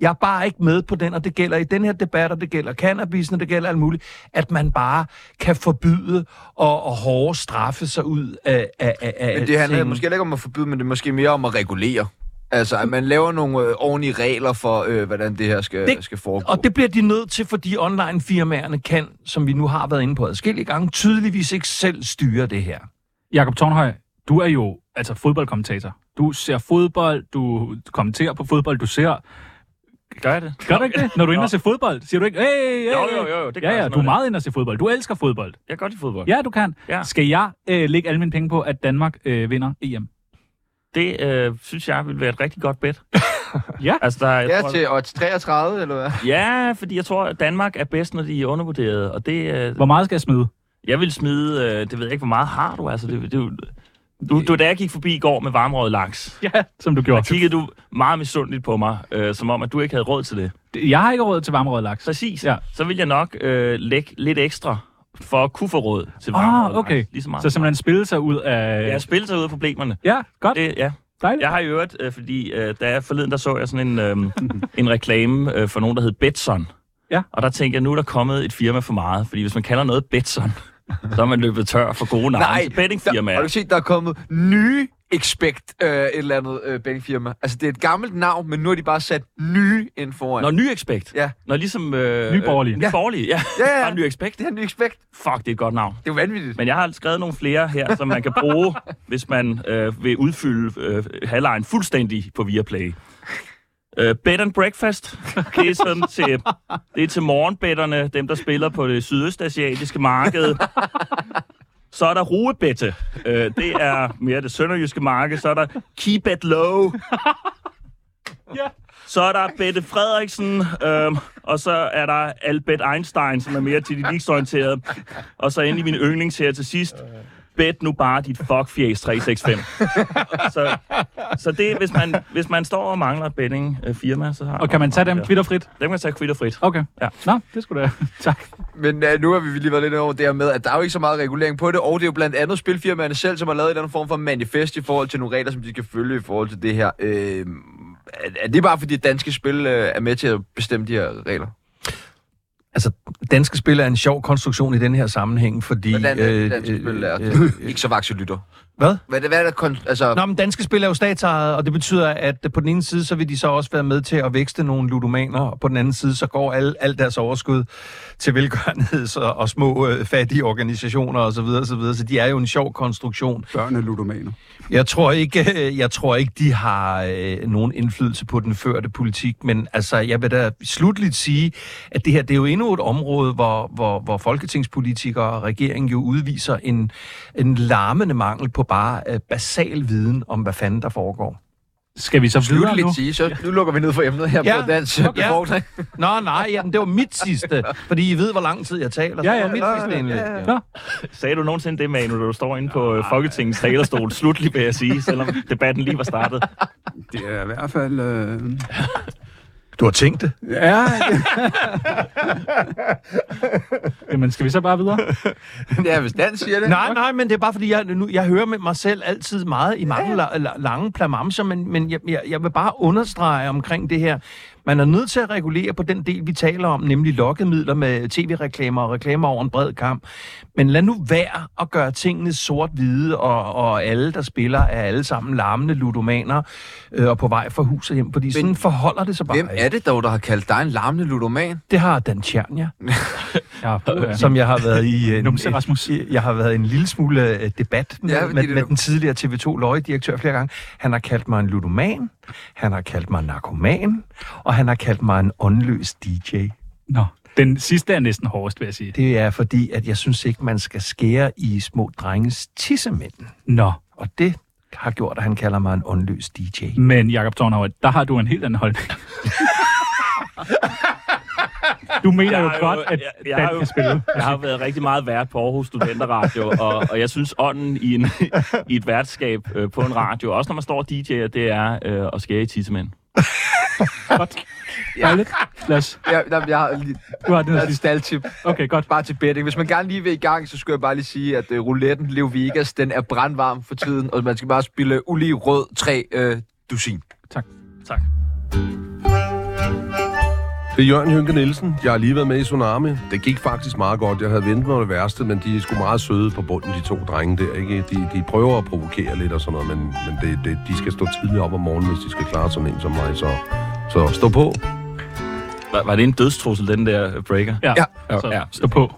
Speaker 4: Jeg er bare ikke med på den, og det gælder i den her debat, og det gælder cannabisen, og det gælder alt muligt, at man bare kan forbyde og, og hårde straffe sig ud af, af, af af
Speaker 1: Men det handler
Speaker 4: tingene.
Speaker 1: måske heller ikke om at forbyde, men det er måske mere om at regulere. Altså, at man laver nogle øh, ordentlige regler for, øh, hvordan det her skal, det,
Speaker 4: Det-
Speaker 1: skal foregå.
Speaker 4: Og det bliver de nødt til, fordi online-firmaerne kan, som vi nu har været inde på adskillige gange, tydeligvis ikke selv styre det her.
Speaker 2: Jakob Tornhøj, du er jo altså fodboldkommentator. Du ser fodbold, du kommenterer på fodbold, du ser...
Speaker 5: Gør jeg det?
Speaker 2: Gør du ikke det, når du er inde og
Speaker 5: Nå.
Speaker 2: se fodbold? Siger du ikke, hey, hey,
Speaker 5: Jo, jo, jo, jo, det
Speaker 2: ja,
Speaker 5: gør
Speaker 2: ja,
Speaker 5: jeg sådan
Speaker 2: du er
Speaker 5: noget.
Speaker 2: meget inde og se fodbold. Du elsker fodbold.
Speaker 5: Jeg kan godt lide fodbold.
Speaker 2: Ja, du kan.
Speaker 5: Ja.
Speaker 2: Skal jeg øh, lægge alle mine penge på, at Danmark øh, vinder EM?
Speaker 5: Det øh, synes jeg ville være et rigtig godt bet.
Speaker 2: Ja.
Speaker 5: Altså, der, er- jeg
Speaker 1: Ja,
Speaker 5: tror,
Speaker 1: til odds 33, eller hvad?
Speaker 5: ja, fordi jeg tror, at Danmark er bedst, når de er undervurderet. Og det, øh,
Speaker 2: Hvor meget skal jeg smide?
Speaker 5: jeg vil smide, øh, det ved jeg ikke, hvor meget har du? Altså, det, det, er jo- du, du, da jeg gik forbi i går med varmrøget laks,
Speaker 2: Ja, som du
Speaker 5: der
Speaker 2: gjorde.
Speaker 5: kiggede du meget misundeligt på mig, øh, som om, at du ikke havde råd til det.
Speaker 2: Jeg har ikke råd til varmerød laks.
Speaker 5: Præcis.
Speaker 2: Ja.
Speaker 5: Ja. Så vil jeg nok øh, lægge lidt ekstra for at kunne få råd til varmrøget
Speaker 2: Ah, okay.
Speaker 5: laks. Lige så meget.
Speaker 2: Så simpelthen spille sig ud af...
Speaker 5: Jeg spiller sig ud af problemerne.
Speaker 2: Ja, godt.
Speaker 5: Det, ja.
Speaker 2: Dejligt.
Speaker 5: Jeg har i øvrigt, øh, fordi øh, da jeg forleden, der så jeg sådan en, øh, en reklame øh, for nogen, der hed Betson.
Speaker 2: Ja.
Speaker 5: Og der tænkte jeg, nu er der kommet et firma for meget. Fordi hvis man kalder noget Betson, så er man løbet tør for gode navne til
Speaker 1: der, har du
Speaker 5: bettingfirmaer.
Speaker 1: set, der er kommet nye Expect, øh, et eller andet øh, bettingfirma. Altså, det er et gammelt navn, men nu har de bare sat nye ind foran.
Speaker 5: Når ny ekspekt.
Speaker 1: Ja.
Speaker 5: Når ligesom... Øh,
Speaker 2: Nye Borgerlige.
Speaker 5: Øh, nye borgerlige, ja.
Speaker 1: Ja, ja.
Speaker 5: Bare ny ekspekt.
Speaker 1: Det her nye Expect,
Speaker 5: Fuck, det er et godt navn.
Speaker 1: det er jo vanvittigt.
Speaker 5: Men jeg har skrevet nogle flere her, som man kan bruge, hvis man øh, vil udfylde øh, halvlejen fuldstændig på Viaplay. Øh, bed and breakfast, det er, sådan til, det er til morgenbetterne, dem der spiller på det sydøstasiatiske marked. Så er der ruebette, øh, det er mere det sønderjyske marked. Så er der keep it low. Så er der Bette Frederiksen, øhm, og så er der Albert Einstein, som er mere til de ligestorienterede. Og så endelig min yndlings her til sidst. Bet nu bare dit fuckfjæs 365. så, så det, hvis man, hvis man står og mangler et betting øh, firma, så har
Speaker 2: Og kan man tage dem
Speaker 5: Der.
Speaker 2: kvitterfrit?
Speaker 5: Dem kan jeg tage kvitterfrit.
Speaker 2: Okay.
Speaker 5: Ja.
Speaker 2: Nå, det skulle da. tak.
Speaker 1: Men øh, nu har vi lige været lidt over det her med, at der er jo ikke så meget regulering på det, og det er jo blandt andet spilfirmaerne selv, som har lavet en eller anden form for manifest i forhold til nogle regler, som de skal følge i forhold til det her. Øh, er, er det bare fordi danske spil øh, er med til at bestemme de her regler?
Speaker 4: Altså, danske spil er en sjov konstruktion i den her sammenhæng, fordi...
Speaker 1: Hvordan øh, danske spil er?
Speaker 4: øh, øh,
Speaker 1: ikke så vakse lytter.
Speaker 4: Hvad?
Speaker 1: Hvad, hvad er der kon- altså,
Speaker 4: Nå, men danske spil er jo statsejet, og det betyder, at på den ene side, så vil de så også være med til at vækste nogle ludomaner, og på den anden side, så går al, al deres overskud til velgørenhed og, og små øh, fattige organisationer osv., så, videre, så, videre. så de er jo en sjov konstruktion.
Speaker 3: Børn er ludomaner.
Speaker 4: Jeg tror ikke, øh, jeg tror ikke de har øh, nogen indflydelse på den førte politik, men altså, jeg vil da slutligt sige, at det her det er jo endnu et område, hvor, hvor, hvor folketingspolitikere og regeringen jo udviser en, en larmende mangel på bare øh, basal viden om, hvad fanden der foregår.
Speaker 2: Skal vi så videre nu?
Speaker 1: slutteligt sige, så nu lukker vi ned for emnet her ja.
Speaker 4: Ja.
Speaker 1: på dansk okay.
Speaker 4: Okay.
Speaker 1: befordring.
Speaker 4: Nå, nej, jamen, det var mit sidste, fordi I ved, hvor lang tid jeg
Speaker 2: Ja,
Speaker 4: taler. Så
Speaker 2: ja,
Speaker 4: det var mit
Speaker 1: nå,
Speaker 4: sidste
Speaker 1: ja,
Speaker 4: indlæg.
Speaker 1: ja,
Speaker 2: Nå,
Speaker 5: Sagde du nogensinde det, Manu, da du står inde på øh, Folketingets talerstol? Slutlig, vil jeg sige, selvom debatten lige var startet.
Speaker 3: Det er i hvert fald... Øh...
Speaker 4: Du har tænkt det.
Speaker 3: Ja,
Speaker 2: Jamen, skal vi så bare videre?
Speaker 1: Det er, hvis Dan siger det.
Speaker 4: Nej, nej, men det er bare fordi, jeg, nu, jeg hører med mig selv altid meget i mange la, la, lange plamamser, men, men jeg, jeg, jeg vil bare understrege omkring det her. Man er nødt til at regulere på den del, vi taler om, nemlig lokkemidler med tv-reklamer og reklamer over en bred kamp. Men lad nu være at gøre tingene sort-hvide, og, og alle, der spiller, er alle sammen larmende ludomaner øh, og på vej fra hus og hjem, fordi sådan forholder det sig bare.
Speaker 1: Hvem er
Speaker 4: ikke.
Speaker 1: det dog, der har kaldt dig en larmende ludoman?
Speaker 4: Det har Dan Tjernia
Speaker 2: Ja,
Speaker 4: som jeg har været i en,
Speaker 2: Numse Rasmus.
Speaker 4: i- jeg har været i en lille smule øh, debat med,
Speaker 1: Ja,
Speaker 4: ja,
Speaker 1: fordi
Speaker 4: med,
Speaker 1: det-
Speaker 4: med den tidligere TV2 løgedirektør flere gange. Han har kaldt mig en ludoman, han har kaldt mig en narkoman, og han har kaldt mig en åndløs DJ.
Speaker 2: Nå, den sidste er næsten hårdest, vil jeg sige.
Speaker 4: Det er fordi, at jeg synes ikke, man skal skære i små drenges tissemænd.
Speaker 2: Nå,
Speaker 4: Og det har gjort, at han kalder mig en åndløs DJ.
Speaker 2: men Jakob Tornhøj, der har du en helt anden holdning. Du mener jo
Speaker 5: har
Speaker 2: godt, at
Speaker 5: jeg- jeg har
Speaker 2: Dan
Speaker 5: jo-
Speaker 2: kan spille.
Speaker 5: Jeg har været rigtig meget vært på Aarhus Studenterradio, og, og jeg synes, ånden i, en, i et værtskab øh, på en radio, også når man står og DJ'er, det er øh, at skære i tissemænd.
Speaker 2: Dejligt. Lad os,
Speaker 1: Ja, nej, jeg har lige
Speaker 2: du har den
Speaker 1: jeg
Speaker 2: her
Speaker 1: har et
Speaker 2: sidste.
Speaker 1: staldtip.
Speaker 2: Okay, godt.
Speaker 1: Bare til betting. Hvis man gerne lige vil i gang, så skulle jeg bare lige sige, at uh, rouletten Leo Vegas, den er brandvarm for tiden, og man skal bare spille ulige rød 3 uh, dusin.
Speaker 5: Tak.
Speaker 9: Det er Jørgen Hynke Nielsen. Jeg har lige været med i Tsunami. Det gik faktisk meget godt. Jeg havde ventet mig det værste, men de er sgu meget søde på bunden, de to drenge der. Ikke? De, de prøver at provokere lidt og sådan noget, men, men det, det, de skal stå tidligt op om morgenen, hvis de skal klare sådan en som mig. Så, så stå på.
Speaker 5: Var, var det en dødstrussel, den der breaker?
Speaker 2: Ja,
Speaker 1: Ja.
Speaker 2: så stå på.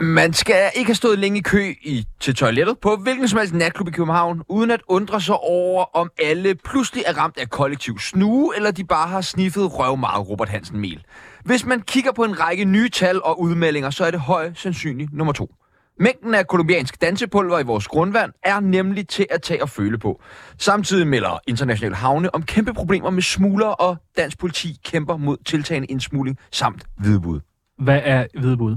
Speaker 1: Man skal ikke have stået længe i kø i, til toilettet på hvilken som helst natklub i København, uden at undre sig over, om alle pludselig er ramt af kollektiv snue, eller de bare har sniffet røv meget Robert Hansen Mel. Hvis man kigger på en række nye tal og udmeldinger, så er det højst sandsynligt nummer to. Mængden af kolumbiansk dansepulver i vores grundvand er nemlig til at tage og føle på. Samtidig melder internationale havne om kæmpe problemer med smugler, og dansk politi kæmper mod tiltagende indsmugling samt hvidbud.
Speaker 2: Hvad er hvidebud?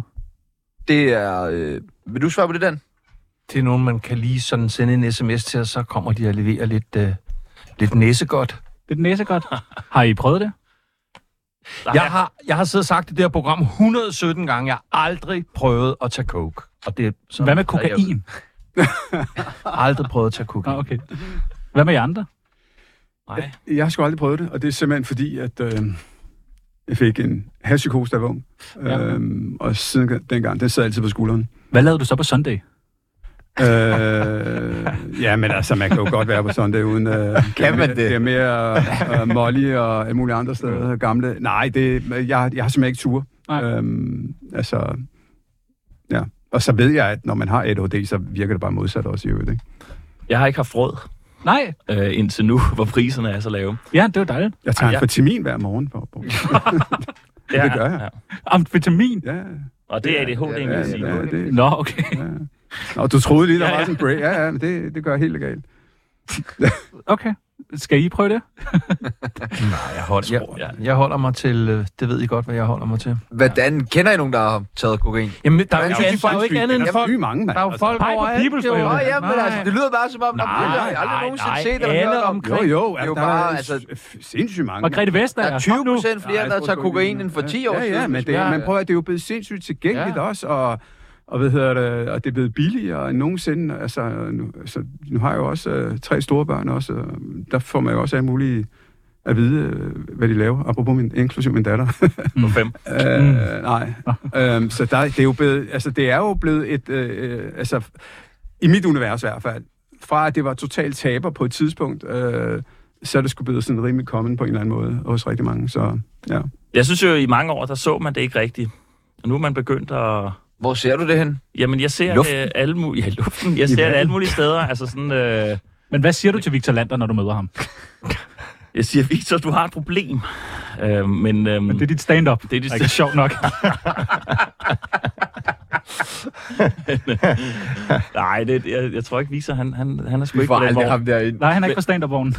Speaker 1: Det er... Øh, vil du svare på det, Dan?
Speaker 4: Det er nogen, man kan lige sådan sende en sms til, og så kommer de og leverer lidt, øh, lidt næsegodt.
Speaker 2: Det er den næse godt. Har I prøvet det?
Speaker 4: Jeg har, jeg har siddet og sagt i det her program 117 gange, jeg har aldrig prøvet at tage coke. Og det, er sådan,
Speaker 2: Hvad med
Speaker 4: Jeg
Speaker 2: kokain?
Speaker 4: har aldrig prøvet at tage coke.
Speaker 2: Nå, okay. Hvad med jer andre?
Speaker 3: jeg har sgu aldrig prøvet det, og det er simpelthen fordi, at øh, jeg fik en hashpsykose, da jeg var ung.
Speaker 2: Ja.
Speaker 3: Øhm, og siden dengang, den sad altid på skulderen.
Speaker 2: Hvad lavede du så på Sunday?
Speaker 3: øh, ja, men altså, man kan jo godt være på sådan det, uden... Øh,
Speaker 1: Kan man det?
Speaker 3: Det er mere øh, Molly og alle mulige andre steder, gamle. Nej, det, jeg, jeg har simpelthen ikke tur.
Speaker 2: Nej.
Speaker 3: Øhm, altså, ja. Og så ved jeg, at når man har ADHD, så virker det bare modsat også i øvrigt, ikke?
Speaker 5: Jeg har ikke haft råd
Speaker 2: Nej.
Speaker 5: øh, indtil nu, hvor priserne er så lave.
Speaker 2: Ja, det var dejligt.
Speaker 3: Jeg tager
Speaker 5: Ej,
Speaker 3: en
Speaker 5: jeg-
Speaker 3: fortimin hver morgen for at
Speaker 5: Ja,
Speaker 3: det gør jeg.
Speaker 2: Amfetamin.
Speaker 3: Ja, ja,
Speaker 5: Og det er ADHD-medicin.
Speaker 3: ja, det,
Speaker 2: Nå, okay.
Speaker 3: Nå, du troede lige, der
Speaker 5: Ja,
Speaker 3: var
Speaker 5: ja.
Speaker 3: sådan en break. Ja, ja, men det, det gør jeg helt legalt.
Speaker 2: Okay. Skal I prøve det?
Speaker 4: Jeg, hold, jeg, jeg holder mig til, øh, det ved I godt, hvad jeg holder mig til.
Speaker 1: Hvordan kender I nogen, der har taget kokain?
Speaker 4: Jamen, der,
Speaker 1: Men
Speaker 4: er, jo
Speaker 1: det er
Speaker 4: ikke- der er jo ikke andet end
Speaker 3: Der er
Speaker 4: folk.
Speaker 3: syge mange, mand. Altså,
Speaker 4: Der er jo folk
Speaker 2: pej på
Speaker 4: overalt.
Speaker 2: Peoples, for
Speaker 4: jo.
Speaker 1: Nå,
Speaker 2: helvede.
Speaker 1: ja, men
Speaker 4: Nej.
Speaker 1: altså, det lyder bare som om, nej, nej, jeg har aldrig
Speaker 4: nej,
Speaker 1: nogensinde
Speaker 4: nej.
Speaker 1: set eller
Speaker 4: Alle
Speaker 1: hørt om.
Speaker 4: omkring-
Speaker 3: Jo, jo.
Speaker 1: er
Speaker 3: altså,
Speaker 1: jo
Speaker 3: der
Speaker 1: bare,
Speaker 3: er
Speaker 1: altså-
Speaker 3: f- sindssygt mange.
Speaker 2: Margrethe Vestager.
Speaker 1: Der er 20
Speaker 2: kom nu.
Speaker 1: procent flere,
Speaker 3: jeg
Speaker 1: der
Speaker 3: tror
Speaker 1: tager
Speaker 3: sgu
Speaker 1: kokain
Speaker 3: ikke.
Speaker 1: end for 10
Speaker 3: ja,
Speaker 1: år
Speaker 3: ja,
Speaker 1: siden.
Speaker 3: Ja, men det,
Speaker 1: Ja.
Speaker 3: man prøver, at det er jo blevet sindssygt tilgængeligt
Speaker 1: Ja.
Speaker 3: ja. også, og, og, hvad hedder det, og det er blevet billigere end nogensinde. Altså, nu, altså, nu har jeg jo også øh, tre store børn også, og der får man jo også alle mulige at vide, øh, hvad de laver, apropos min, inklusiv min datter.
Speaker 5: På fem.
Speaker 3: Øh, nej. øhm, så der, det, er jo blevet, altså, det er jo blevet et... Øh, øh, altså, I mit univers i hvert fald. Fra at det var totalt taber på et tidspunkt, øh, så er det sgu blevet sådan rimelig common på en eller anden måde hos rigtig mange. Så ja.
Speaker 5: Jeg synes jo, i mange år, der så man det ikke rigtigt. Og nu er man begyndt at...
Speaker 1: Hvor ser du det hen?
Speaker 5: Jamen, jeg ser
Speaker 1: Luften.
Speaker 5: det alle, mu- ja, luften. Jeg ser det alle mulige steder. Altså sådan... Øh,
Speaker 2: Men hvad siger du til Victor Lander, når du møder ham?
Speaker 5: jeg siger, Victor, du har et problem. Øh, men... Øh,
Speaker 2: Men det er dit stand-up.
Speaker 5: Det er dit
Speaker 2: Ej, sjovt nok.
Speaker 5: Nej, det, jeg, jeg tror ikke, Viser, han, han, han er sgu ikke
Speaker 1: Hvor
Speaker 5: på den
Speaker 1: aldrig
Speaker 5: vogn.
Speaker 1: ham derinde.
Speaker 2: Nej, han er ikke på stand-up-vognen.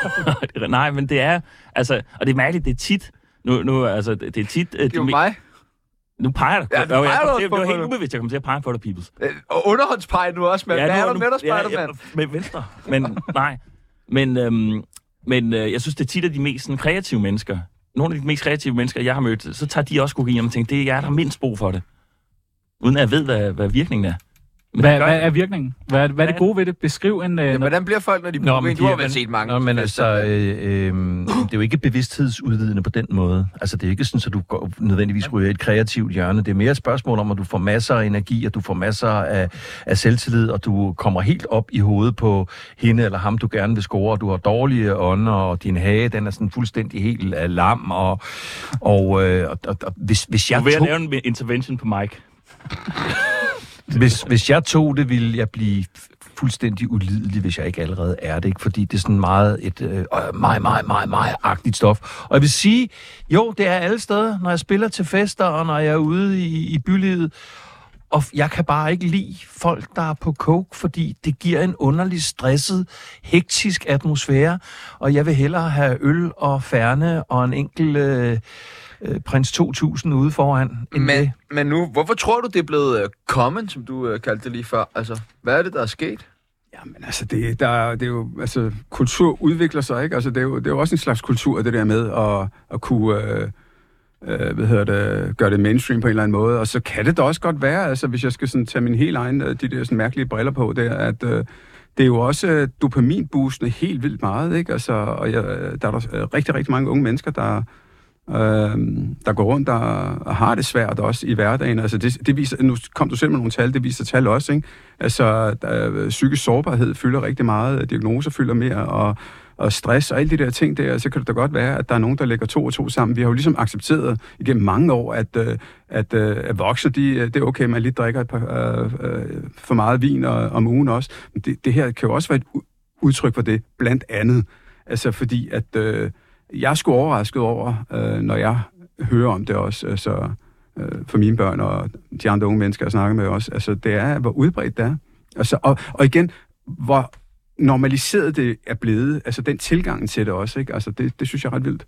Speaker 5: Nej, men det er, altså, og det er mærkeligt, det er tit, nu, nu altså, det det er tit...
Speaker 1: Det er jo mig.
Speaker 5: Nu peger du.
Speaker 1: Ja, du
Speaker 5: Nå, jeg
Speaker 1: peger
Speaker 5: kom
Speaker 1: du
Speaker 5: til-
Speaker 1: på-
Speaker 5: det var
Speaker 1: på
Speaker 5: helt
Speaker 1: det.
Speaker 5: ubevidst, jeg kom til at pege på dig, Peoples.
Speaker 1: Øh, Og underhåndspej nu også, mand. Hvad er der med dig, Spider-Man?
Speaker 5: med venstre. Men nej. Men, øhm, men øh, jeg synes, det er tit, at de mest sådan, kreative mennesker, nogle af de mest kreative mennesker, jeg har mødt, så tager de også kokain, og man tænker, det er jer, der har mindst brug for det. Uden at jeg ved, hvad, hvad virkningen er. Men
Speaker 2: Hvad,
Speaker 5: det gør
Speaker 2: hvad
Speaker 5: det.
Speaker 2: er virkningen? Hvad, er- hvad er det gode ved det? Beskriv en... Øh,
Speaker 1: Jamen,
Speaker 2: noget-
Speaker 1: hvordan bliver folk, når de bruger kokain? Du har vel set mange.
Speaker 4: Nå, men
Speaker 1: fester.
Speaker 4: altså, øh, øh, det er jo ikke bevidsthedsudvidende på den måde. Altså, det er jo ikke sådan, at du går, nødvendigvis ryger i et kreativt hjørne. Det er mere et spørgsmål om, at du får masser af energi, og du får masser af, af selvtillid, og du kommer helt op i hovedet på hende eller ham, du gerne vil score, og du har dårlige ånder, og din hage, den er sådan fuldstændig helt af lam, og, og, øh, og, og, og hvis, hvis
Speaker 5: Du
Speaker 4: jeg
Speaker 5: er ved at
Speaker 4: tog-
Speaker 5: lave en intervention på Mike.
Speaker 4: hvis, hvis jeg tog det, ville jeg blive fuldstændig ulidelig, hvis jeg ikke allerede er det, ikke? fordi det er sådan meget et øh, øh, mig, mig, mig, mig-agtigt stof. Og jeg vil sige, jo, det er alle steder, når jeg spiller til fester, og når jeg er ude i, i bylivet, og f- jeg kan bare ikke lide folk, der er på coke, fordi det giver en underlig stresset, hektisk atmosfære, og jeg vil hellere have øl og færne og en enkelt øh, øh, prins 2000 ude foran, end det.
Speaker 1: Men, men nu, hvorfor tror du, det er blevet øh, common, som du øh, kaldte det lige før? Altså, hvad er det, der er sket?
Speaker 3: Jamen altså, det, der, er- det er jo, altså, kultur udvikler sig, ikke? Altså, det er, jo, det er jo også en slags kultur, det der med at, at kunne... Øh, øh, hvad hedder det, gøre det mainstream på en eller anden måde, og så kan det da også godt være, altså hvis jeg skal sådan tage min helt egen, øh, de der sådan mærkelige briller på der, at øh, det er jo også øh, dopaminboostende helt vildt meget, ikke? Altså, og jeg, øh, der er der øh, rigtig, rigtig mange unge mennesker, der, øh, der går rundt og, og har det svært også i hverdagen. Altså det, det viser, nu kom du selv med nogle tal, det viser tal også, ikke? Altså øh, psykisk sårbarhed fylder rigtig meget, øh, diagnoser fylder mere, og og stress og alle de der ting der, så kan det da godt være, at der er nogen, der lægger to og to sammen. Vi har jo ligesom accepteret igennem mange år, at, øh, at, øh, at voksne, de, øh, det er okay, man lige drikker et par, øh, øh, for meget vin og, om ugen også. Men det, det her kan jo også være et u- udtryk for det, blandt andet. Altså fordi, at øh, jeg er sgu overrasket over, øh, når jeg hører om det også, altså øh, for mine børn og de andre unge mennesker, jeg snakker med også, altså det er, hvor udbredt det er. Altså, og, og igen, hvor normaliseret det er blevet, altså den tilgang til det også, ikke? Altså det, det synes jeg er ret vildt.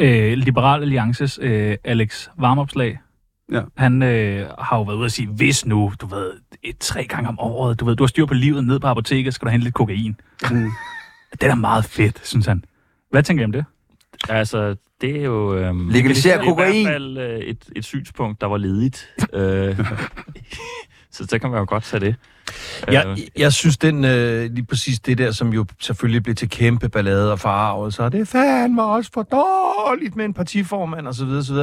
Speaker 2: øh, Liberal Alliances øh, Alex Varmopslag,
Speaker 3: Ja.
Speaker 2: han øh, har jo været ude at sige, hvis nu, du ved, et, tre gange om året, du ved, du har styr på livet, ned på apoteket, skal du hente lidt kokain.
Speaker 3: Mm.
Speaker 2: Det er da meget fedt, synes han. Hvad tænker I om det?
Speaker 5: Altså, det er jo... Øhm,
Speaker 1: Legalisere
Speaker 5: det er I
Speaker 1: kokain.
Speaker 5: hvert fald øh, et, et synspunkt, der var ledigt. øh, så så kan man jo godt tage det.
Speaker 4: Jeg, jeg synes, den øh, lige præcis det der, som jo selvfølgelig blev til kæmpe ballade og forarvelse, og det er fandme også for dårligt med en partiformand osv. osv.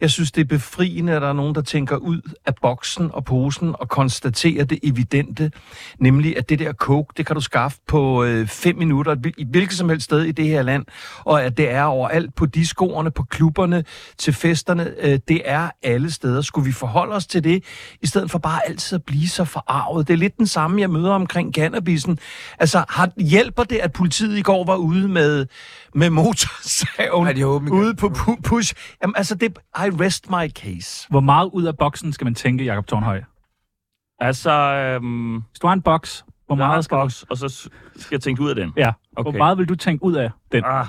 Speaker 4: Jeg synes, det er befriende, at der er nogen, der tænker ud af boksen og posen og konstaterer det evidente, nemlig at det der coke, det kan du skaffe på øh, fem minutter hvil- i hvilket som helst sted i det her land, og at det er overalt på diskoerne, på klubberne, til festerne, øh, det er alle steder. Skulle vi forholde os til det, i stedet for bare altid at blive så forarvet? Det er lidt den samme, jeg møder omkring cannabisen. Altså, har, hjælper det, at politiet i går var ude med, med motorsaven
Speaker 1: Har de åbent
Speaker 4: ude på pu- push? Jamen, altså, det, I rest my case.
Speaker 2: Hvor meget ud af boksen skal man tænke, Jakob Tornhøj?
Speaker 5: Altså, øhm,
Speaker 2: Hvis du har en boks, hvor
Speaker 5: der er en
Speaker 2: meget skal du...
Speaker 5: boks, og så s- skal jeg tænke ud af den.
Speaker 2: Ja,
Speaker 5: Okay.
Speaker 2: okay. hvor meget vil du tænke ud af den?
Speaker 5: Ah,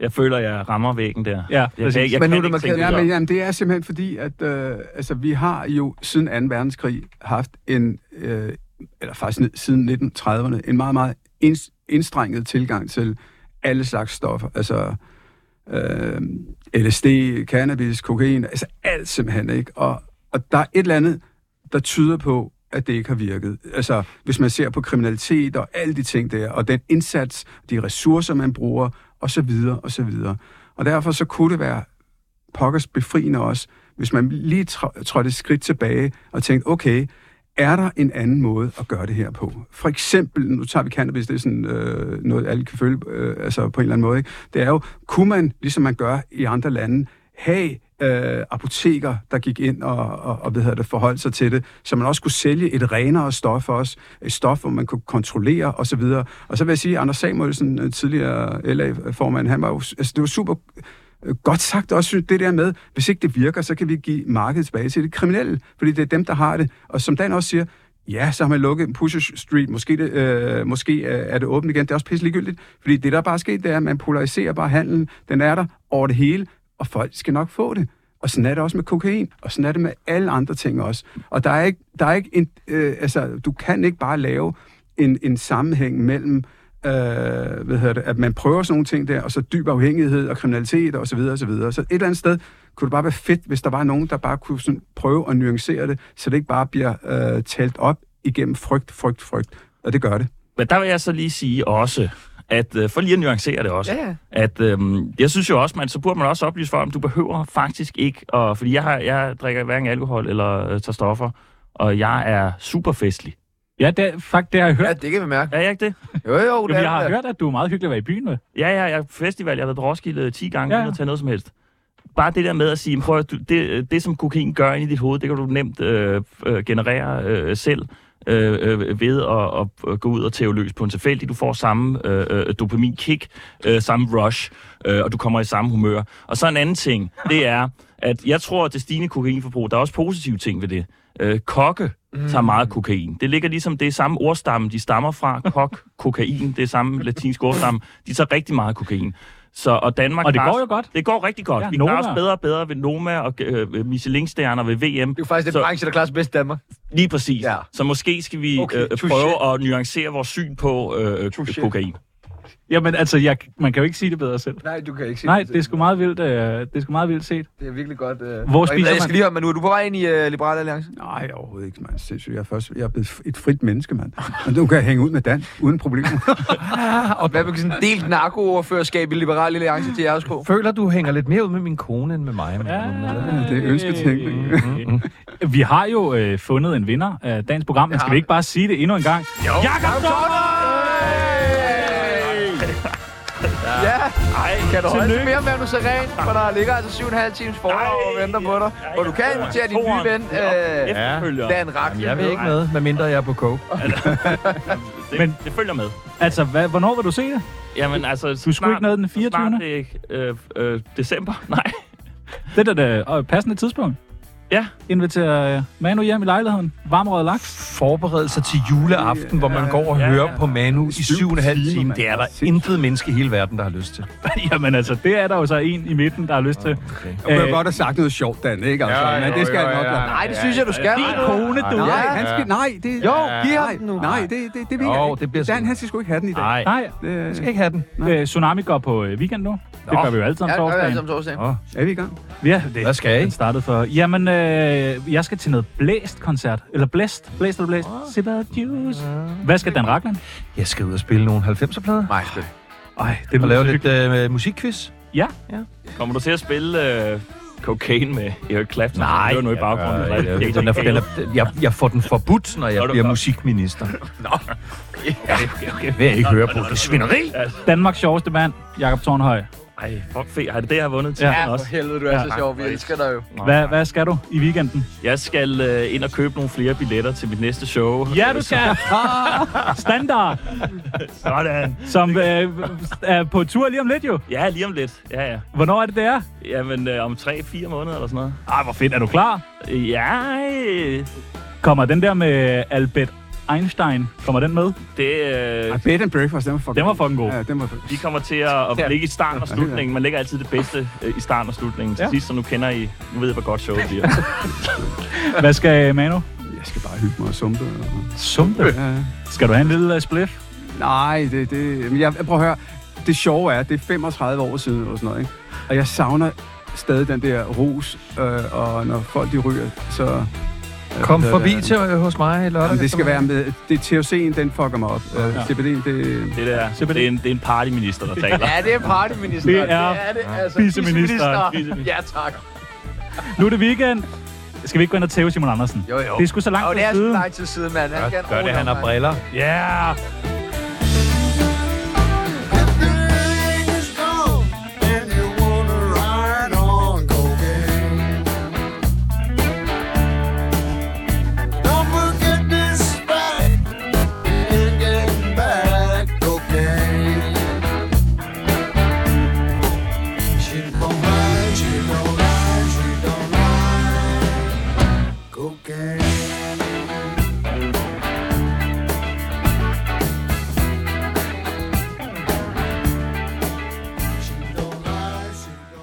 Speaker 5: jeg føler, jeg rammer væggen der.
Speaker 2: Ja,
Speaker 5: jeg
Speaker 2: præcis.
Speaker 5: kan, ikke- jeg
Speaker 1: Men nu er
Speaker 5: kan
Speaker 1: det
Speaker 5: ikke
Speaker 1: markant.
Speaker 5: tænke
Speaker 1: Ja,
Speaker 5: ud
Speaker 3: Ja,
Speaker 5: af
Speaker 3: men
Speaker 5: det.
Speaker 3: jamen, det er simpelthen fordi, at øh, altså, vi har jo siden 2. verdenskrig haft en, øh, eller faktisk ned, siden 1930'erne, en meget, meget inds- indstrenget tilgang til alle slags stoffer. Altså øh, LSD, cannabis, kokain, altså alt simpelthen, ikke? Og, og der er et eller andet, der tyder på, at det ikke har virket. Altså, hvis man ser på kriminalitet og alle de ting der, og den indsats, de ressourcer, man bruger, og så videre, og så videre. Og derfor så kunne det være pokkers befriende os, hvis man lige tr- trådte et skridt tilbage og tænkte, okay, er der en anden måde at gøre det her på? For eksempel, nu tager vi cannabis, det er sådan øh, noget, alle kan følge øh, altså på en eller anden måde. Ikke? Det er jo, kunne man, ligesom man gør i andre lande, have øh, apoteker, der gik ind og, og, og hvad hedder det, forholdt sig til det, så man også kunne sælge et renere stof også, et stof, hvor man kunne kontrollere osv. Og så vil jeg sige, at Anders Samuelsen, øh, tidligere LA-formand, han var jo, altså, det var super øh, godt sagt også synes det der med, hvis ikke det virker, så kan vi give markedet tilbage til de kriminelle, fordi det er dem, der har det. Og som Dan også siger, ja, så har man lukket Pusher Street, måske, det, øh, måske øh, er det åbent igen, det er også pisse ligegyldigt, fordi det, der bare er sket, det er, at man polariserer bare handlen, den er der over det hele, og folk skal nok få det. Og sådan er det også med kokain, og sådan er det med alle andre ting også. Og der er ikke, der er ikke en, øh, altså, du kan ikke bare lave en, en sammenhæng mellem øh, hvad hedder det, at man prøver sådan nogle ting der, og så dyb afhængighed og kriminalitet og så videre og så videre. Så et eller andet sted kunne det bare være fedt, hvis der var nogen, der bare kunne sådan prøve at nuancere det, så det ikke bare bliver øh, talt op igennem frygt, frygt, frygt. Og det gør det.
Speaker 5: Men der vil jeg så lige sige også, at øh, for lige at nuancere det også,
Speaker 6: Ja, ja.
Speaker 5: at øh, jeg synes jo også, man, så burde man også oplyse for, om du behøver faktisk ikke, og, fordi jeg, har, jeg drikker hverken alkohol eller øh, tager stoffer, og jeg er super festlig.
Speaker 2: Ja, det, fuck, det har jeg hørt.
Speaker 1: Ja, det kan vi mærke.
Speaker 5: Er jeg ikke det?
Speaker 1: Jo, jo, det
Speaker 2: Jamen, jeg
Speaker 1: er
Speaker 2: har
Speaker 1: det.
Speaker 2: hørt, at du er meget hyggelig at være i byen med.
Speaker 5: Ja, ja, jeg er på festival, jeg har været på Roskilde 10 gange,
Speaker 2: Ja,
Speaker 5: ja,
Speaker 2: ja.
Speaker 5: uden at tage noget som helst. Bare det der med at sige, "Men prøv at, du, det, det som kokain gør ind i dit hoved, det kan du nemt øh, øh, generere øh, selv øh, øh, ved at, at gå ud og tæve løs på en tilfældig. Du får samme øh, øh, dopaminkick, øh, samme rush, øh, og du kommer i samme humør. Og så en anden ting, det er, at jeg tror, at det stigende kokainforbrug, der er også positive ting ved det. Øh, kokke tager
Speaker 2: Mm.
Speaker 5: meget kokain. Det ligger ligesom, det er samme ordstamme, de stammer fra. Kok, kokain, det er samme latinsk ordstamme. De tager rigtig meget kokain. Så, og Danmark
Speaker 2: Og det
Speaker 5: klarer
Speaker 2: går jo
Speaker 5: sig-
Speaker 2: godt.
Speaker 5: Det går rigtig godt.
Speaker 2: Ja,
Speaker 5: Ja, vi klarer
Speaker 2: Noma.
Speaker 5: os bedre og bedre ved Noma og øh, Michelin-stjerner ved VM.
Speaker 1: Det er jo faktisk den
Speaker 5: Så-
Speaker 1: branche, der klarer sig bedst i Danmark.
Speaker 5: Lige præcis.
Speaker 1: Ja.
Speaker 5: Ja. Så måske skal vi
Speaker 1: Okay,
Speaker 5: okay, øh,
Speaker 1: touché.
Speaker 5: prøve at nuancere vores syn på øh,
Speaker 1: Touché.
Speaker 5: kokain.
Speaker 2: Jamen, altså, jeg, man kan jo ikke sige det bedre selv.
Speaker 1: Nej, du kan ikke se
Speaker 2: Nej, det er sgu meget vildt, øh, det er sgu meget vildt set.
Speaker 1: Det er virkelig godt. Øh...
Speaker 2: Hvor
Speaker 1: Og
Speaker 2: spiser
Speaker 1: Jeg
Speaker 2: man?
Speaker 1: skal lige høre, men nu er du på vej ind i øh, Liberale Alliance.
Speaker 3: Nej, overhovedet ikke, mand. Sindssygt. Jeg er, først, jeg er blevet et frit menneske, mand. Og nu kan jeg hænge ud med Dan, uden problemer.
Speaker 1: Og hvad med sådan delt narkooverførerskab i Liberale Alliance til RSK?
Speaker 4: Føler, du hænger lidt mere ud med min kone end med mig? men-
Speaker 3: det er ønsketænkning.
Speaker 2: Øh, Vi har jo øh, fundet en vinder af dagens program, men skal vi ikke bare sige det endnu en gang?
Speaker 5: Jakob
Speaker 1: Ja,
Speaker 5: Ej,
Speaker 1: kan du holde til
Speaker 5: tillykke.
Speaker 1: mere med Manu Seren, for der ligger altså 7,5 times forlag og venter på dig, hvor du kan invitere din nye ven, øh,
Speaker 5: Efterfølger.
Speaker 1: Dan Rack.
Speaker 4: Jeg vil ikke med, medmindre jeg er på coke.
Speaker 5: Det,
Speaker 2: Men-
Speaker 5: Men, det følger med.
Speaker 2: Altså, hvad, hvornår vil du se det?
Speaker 5: Jamen, altså, du
Speaker 2: skulle ikke noget den 24..
Speaker 5: Snart, øh, øh, øh, december. Nej.
Speaker 2: Det er da et øh, passende tidspunkt.
Speaker 5: Ja.
Speaker 2: Inviterer øh, Manu hjem i lejligheden. Varmrød laks.
Speaker 4: Forberedelser til juleaften, hvor man går og
Speaker 5: ja,
Speaker 4: hører
Speaker 5: ja.
Speaker 4: på Manu i syv og en halv
Speaker 3: timer,
Speaker 4: time.
Speaker 3: mand.
Speaker 4: Det er der
Speaker 3: Sindssygt.
Speaker 4: intet menneske i hele verden, der har lyst til.
Speaker 2: Jamen altså, det er der jo så en i midten, der har lyst til.
Speaker 4: Okay.
Speaker 3: Jeg kunne
Speaker 2: Øh,
Speaker 3: godt have sagt noget sjovt, Dan, ikke? Altså, ja, men det skal jeg nok lade.
Speaker 1: Nej, det synes jeg, du skal.
Speaker 2: Din kone, du.
Speaker 1: Nej.
Speaker 3: Nej, han skal, nej, det...
Speaker 1: Jo, giv ham
Speaker 3: nej,
Speaker 1: den nu.
Speaker 3: Nej, det, det, det, det vil
Speaker 4: Jo,
Speaker 3: jeg ikke.
Speaker 4: det bliver
Speaker 3: Dan,
Speaker 4: sådan.
Speaker 3: han skal sgu ikke have den i dag.
Speaker 4: Nej,
Speaker 2: Nej,
Speaker 4: jeg
Speaker 3: Det,
Speaker 4: skal ikke have den.
Speaker 2: øh, Tsunami går på øh, weekend nu. Det gør vi jo alle sammen
Speaker 1: Ja, det er
Speaker 2: torsdagen.
Speaker 1: altså om torsdagen.
Speaker 3: er vi i gang?
Speaker 2: Ja, det,
Speaker 4: Hvad skal I?
Speaker 2: Den startede for. Jamen, øh, jeg skal til noget blæst-koncert. Eller blæst. Blæst eller blæst. Oh. Sip of juice. Hvad skal Dan Ragland?
Speaker 4: Jeg skal ud og spille nogle 90'er-plader.
Speaker 1: Nej, sgu.
Speaker 2: Ej, det
Speaker 4: Og
Speaker 2: lyder
Speaker 4: lave
Speaker 2: så
Speaker 4: lidt
Speaker 2: hyggeligt.
Speaker 4: øh, musikquiz.
Speaker 5: Kommer du til at spille øh, cocaine med Eric Clapton?
Speaker 4: Nej,
Speaker 5: Det var nu i baggrunden.
Speaker 4: jeg,
Speaker 5: eller?
Speaker 4: jeg, jeg, den er, den er, jeg, jeg får den forbudt, når jeg
Speaker 5: Nå, du
Speaker 4: bliver
Speaker 5: gør.
Speaker 4: musikminister. Det vil jeg ikke høre på. Det er svineri.
Speaker 2: Danmarks sjoveste mand, Jakob Tornhøj.
Speaker 5: Ej, fuck fedt. Har det det, jeg har vundet til?
Speaker 2: Ja.
Speaker 1: Ja, for helvede, du er så
Speaker 2: Ja,
Speaker 1: sjov. Vi elsker dig jo.
Speaker 2: Hvad, hvad skal du i weekenden?
Speaker 5: Jeg skal øh, ind og købe nogle flere billetter til mit næste show.
Speaker 2: Ja, du skal! Standard,
Speaker 5: Sådan.
Speaker 2: som øh, er på tur lige om lidt jo.
Speaker 5: Ja, lige om lidt. Ja, ja.
Speaker 2: Hvornår er det, det er?
Speaker 5: Jamen, øh, om 3-4 måneder eller sådan noget.
Speaker 2: Ej, hvor fedt. Er du klar?
Speaker 5: Ja, øh,
Speaker 2: Kommer den der med Albert Einstein, kommer den med?
Speaker 5: det... Øh,
Speaker 3: Ej, bed and breakfast, den var fucking
Speaker 2: Den var fucking god.
Speaker 3: Ja, den var fucking
Speaker 5: vi kommer til at, at ligge i starten og slutningen. Man lægger altid det bedste øh, i starten og slutningen. Til
Speaker 2: Ja.
Speaker 5: sidst, så nu kender I... Nu ved jeg, hvor godt showet bliver.
Speaker 2: Hvad skal øh, Manu?
Speaker 3: Jeg skal bare hygge mig og sumpe. Og...
Speaker 2: Sumpe.
Speaker 3: Ja.
Speaker 2: Skal du have en lille øh, spliff?
Speaker 3: Nej, det... det men jeg, prøv at høre. Det sjove er, det er 35 år siden og sådan noget, ikke? Og jeg savner stadig den der ros, øh, og når folk de ryger, så...
Speaker 4: Kom
Speaker 3: det er
Speaker 4: forbi
Speaker 3: det.
Speaker 4: til øh, hos mig i lørdag.
Speaker 3: Jamen, det skal være
Speaker 4: eftermiddag.
Speaker 3: med... Det er THC'en, den fucker mig op. Øh,
Speaker 2: Ja.
Speaker 3: CBD'en, det...
Speaker 5: Det, der, det, er en, det er en partyminister, der taler.
Speaker 1: Ja, det er partyminister.
Speaker 2: Det er
Speaker 1: det, altså.
Speaker 2: viceminister.
Speaker 1: Viceminister. Ja, tak.
Speaker 2: Nu er det weekend. Skal vi ikke gå ind og tæve Simon Andersen?
Speaker 1: Jo, jo.
Speaker 2: Det er sgu så
Speaker 1: Og
Speaker 2: langt
Speaker 1: det er
Speaker 2: til
Speaker 1: så
Speaker 2: siden.
Speaker 1: lang tid siden, mand. Han
Speaker 4: Gør det, han har
Speaker 1: bredt.
Speaker 4: briller.
Speaker 2: Ja. Yeah.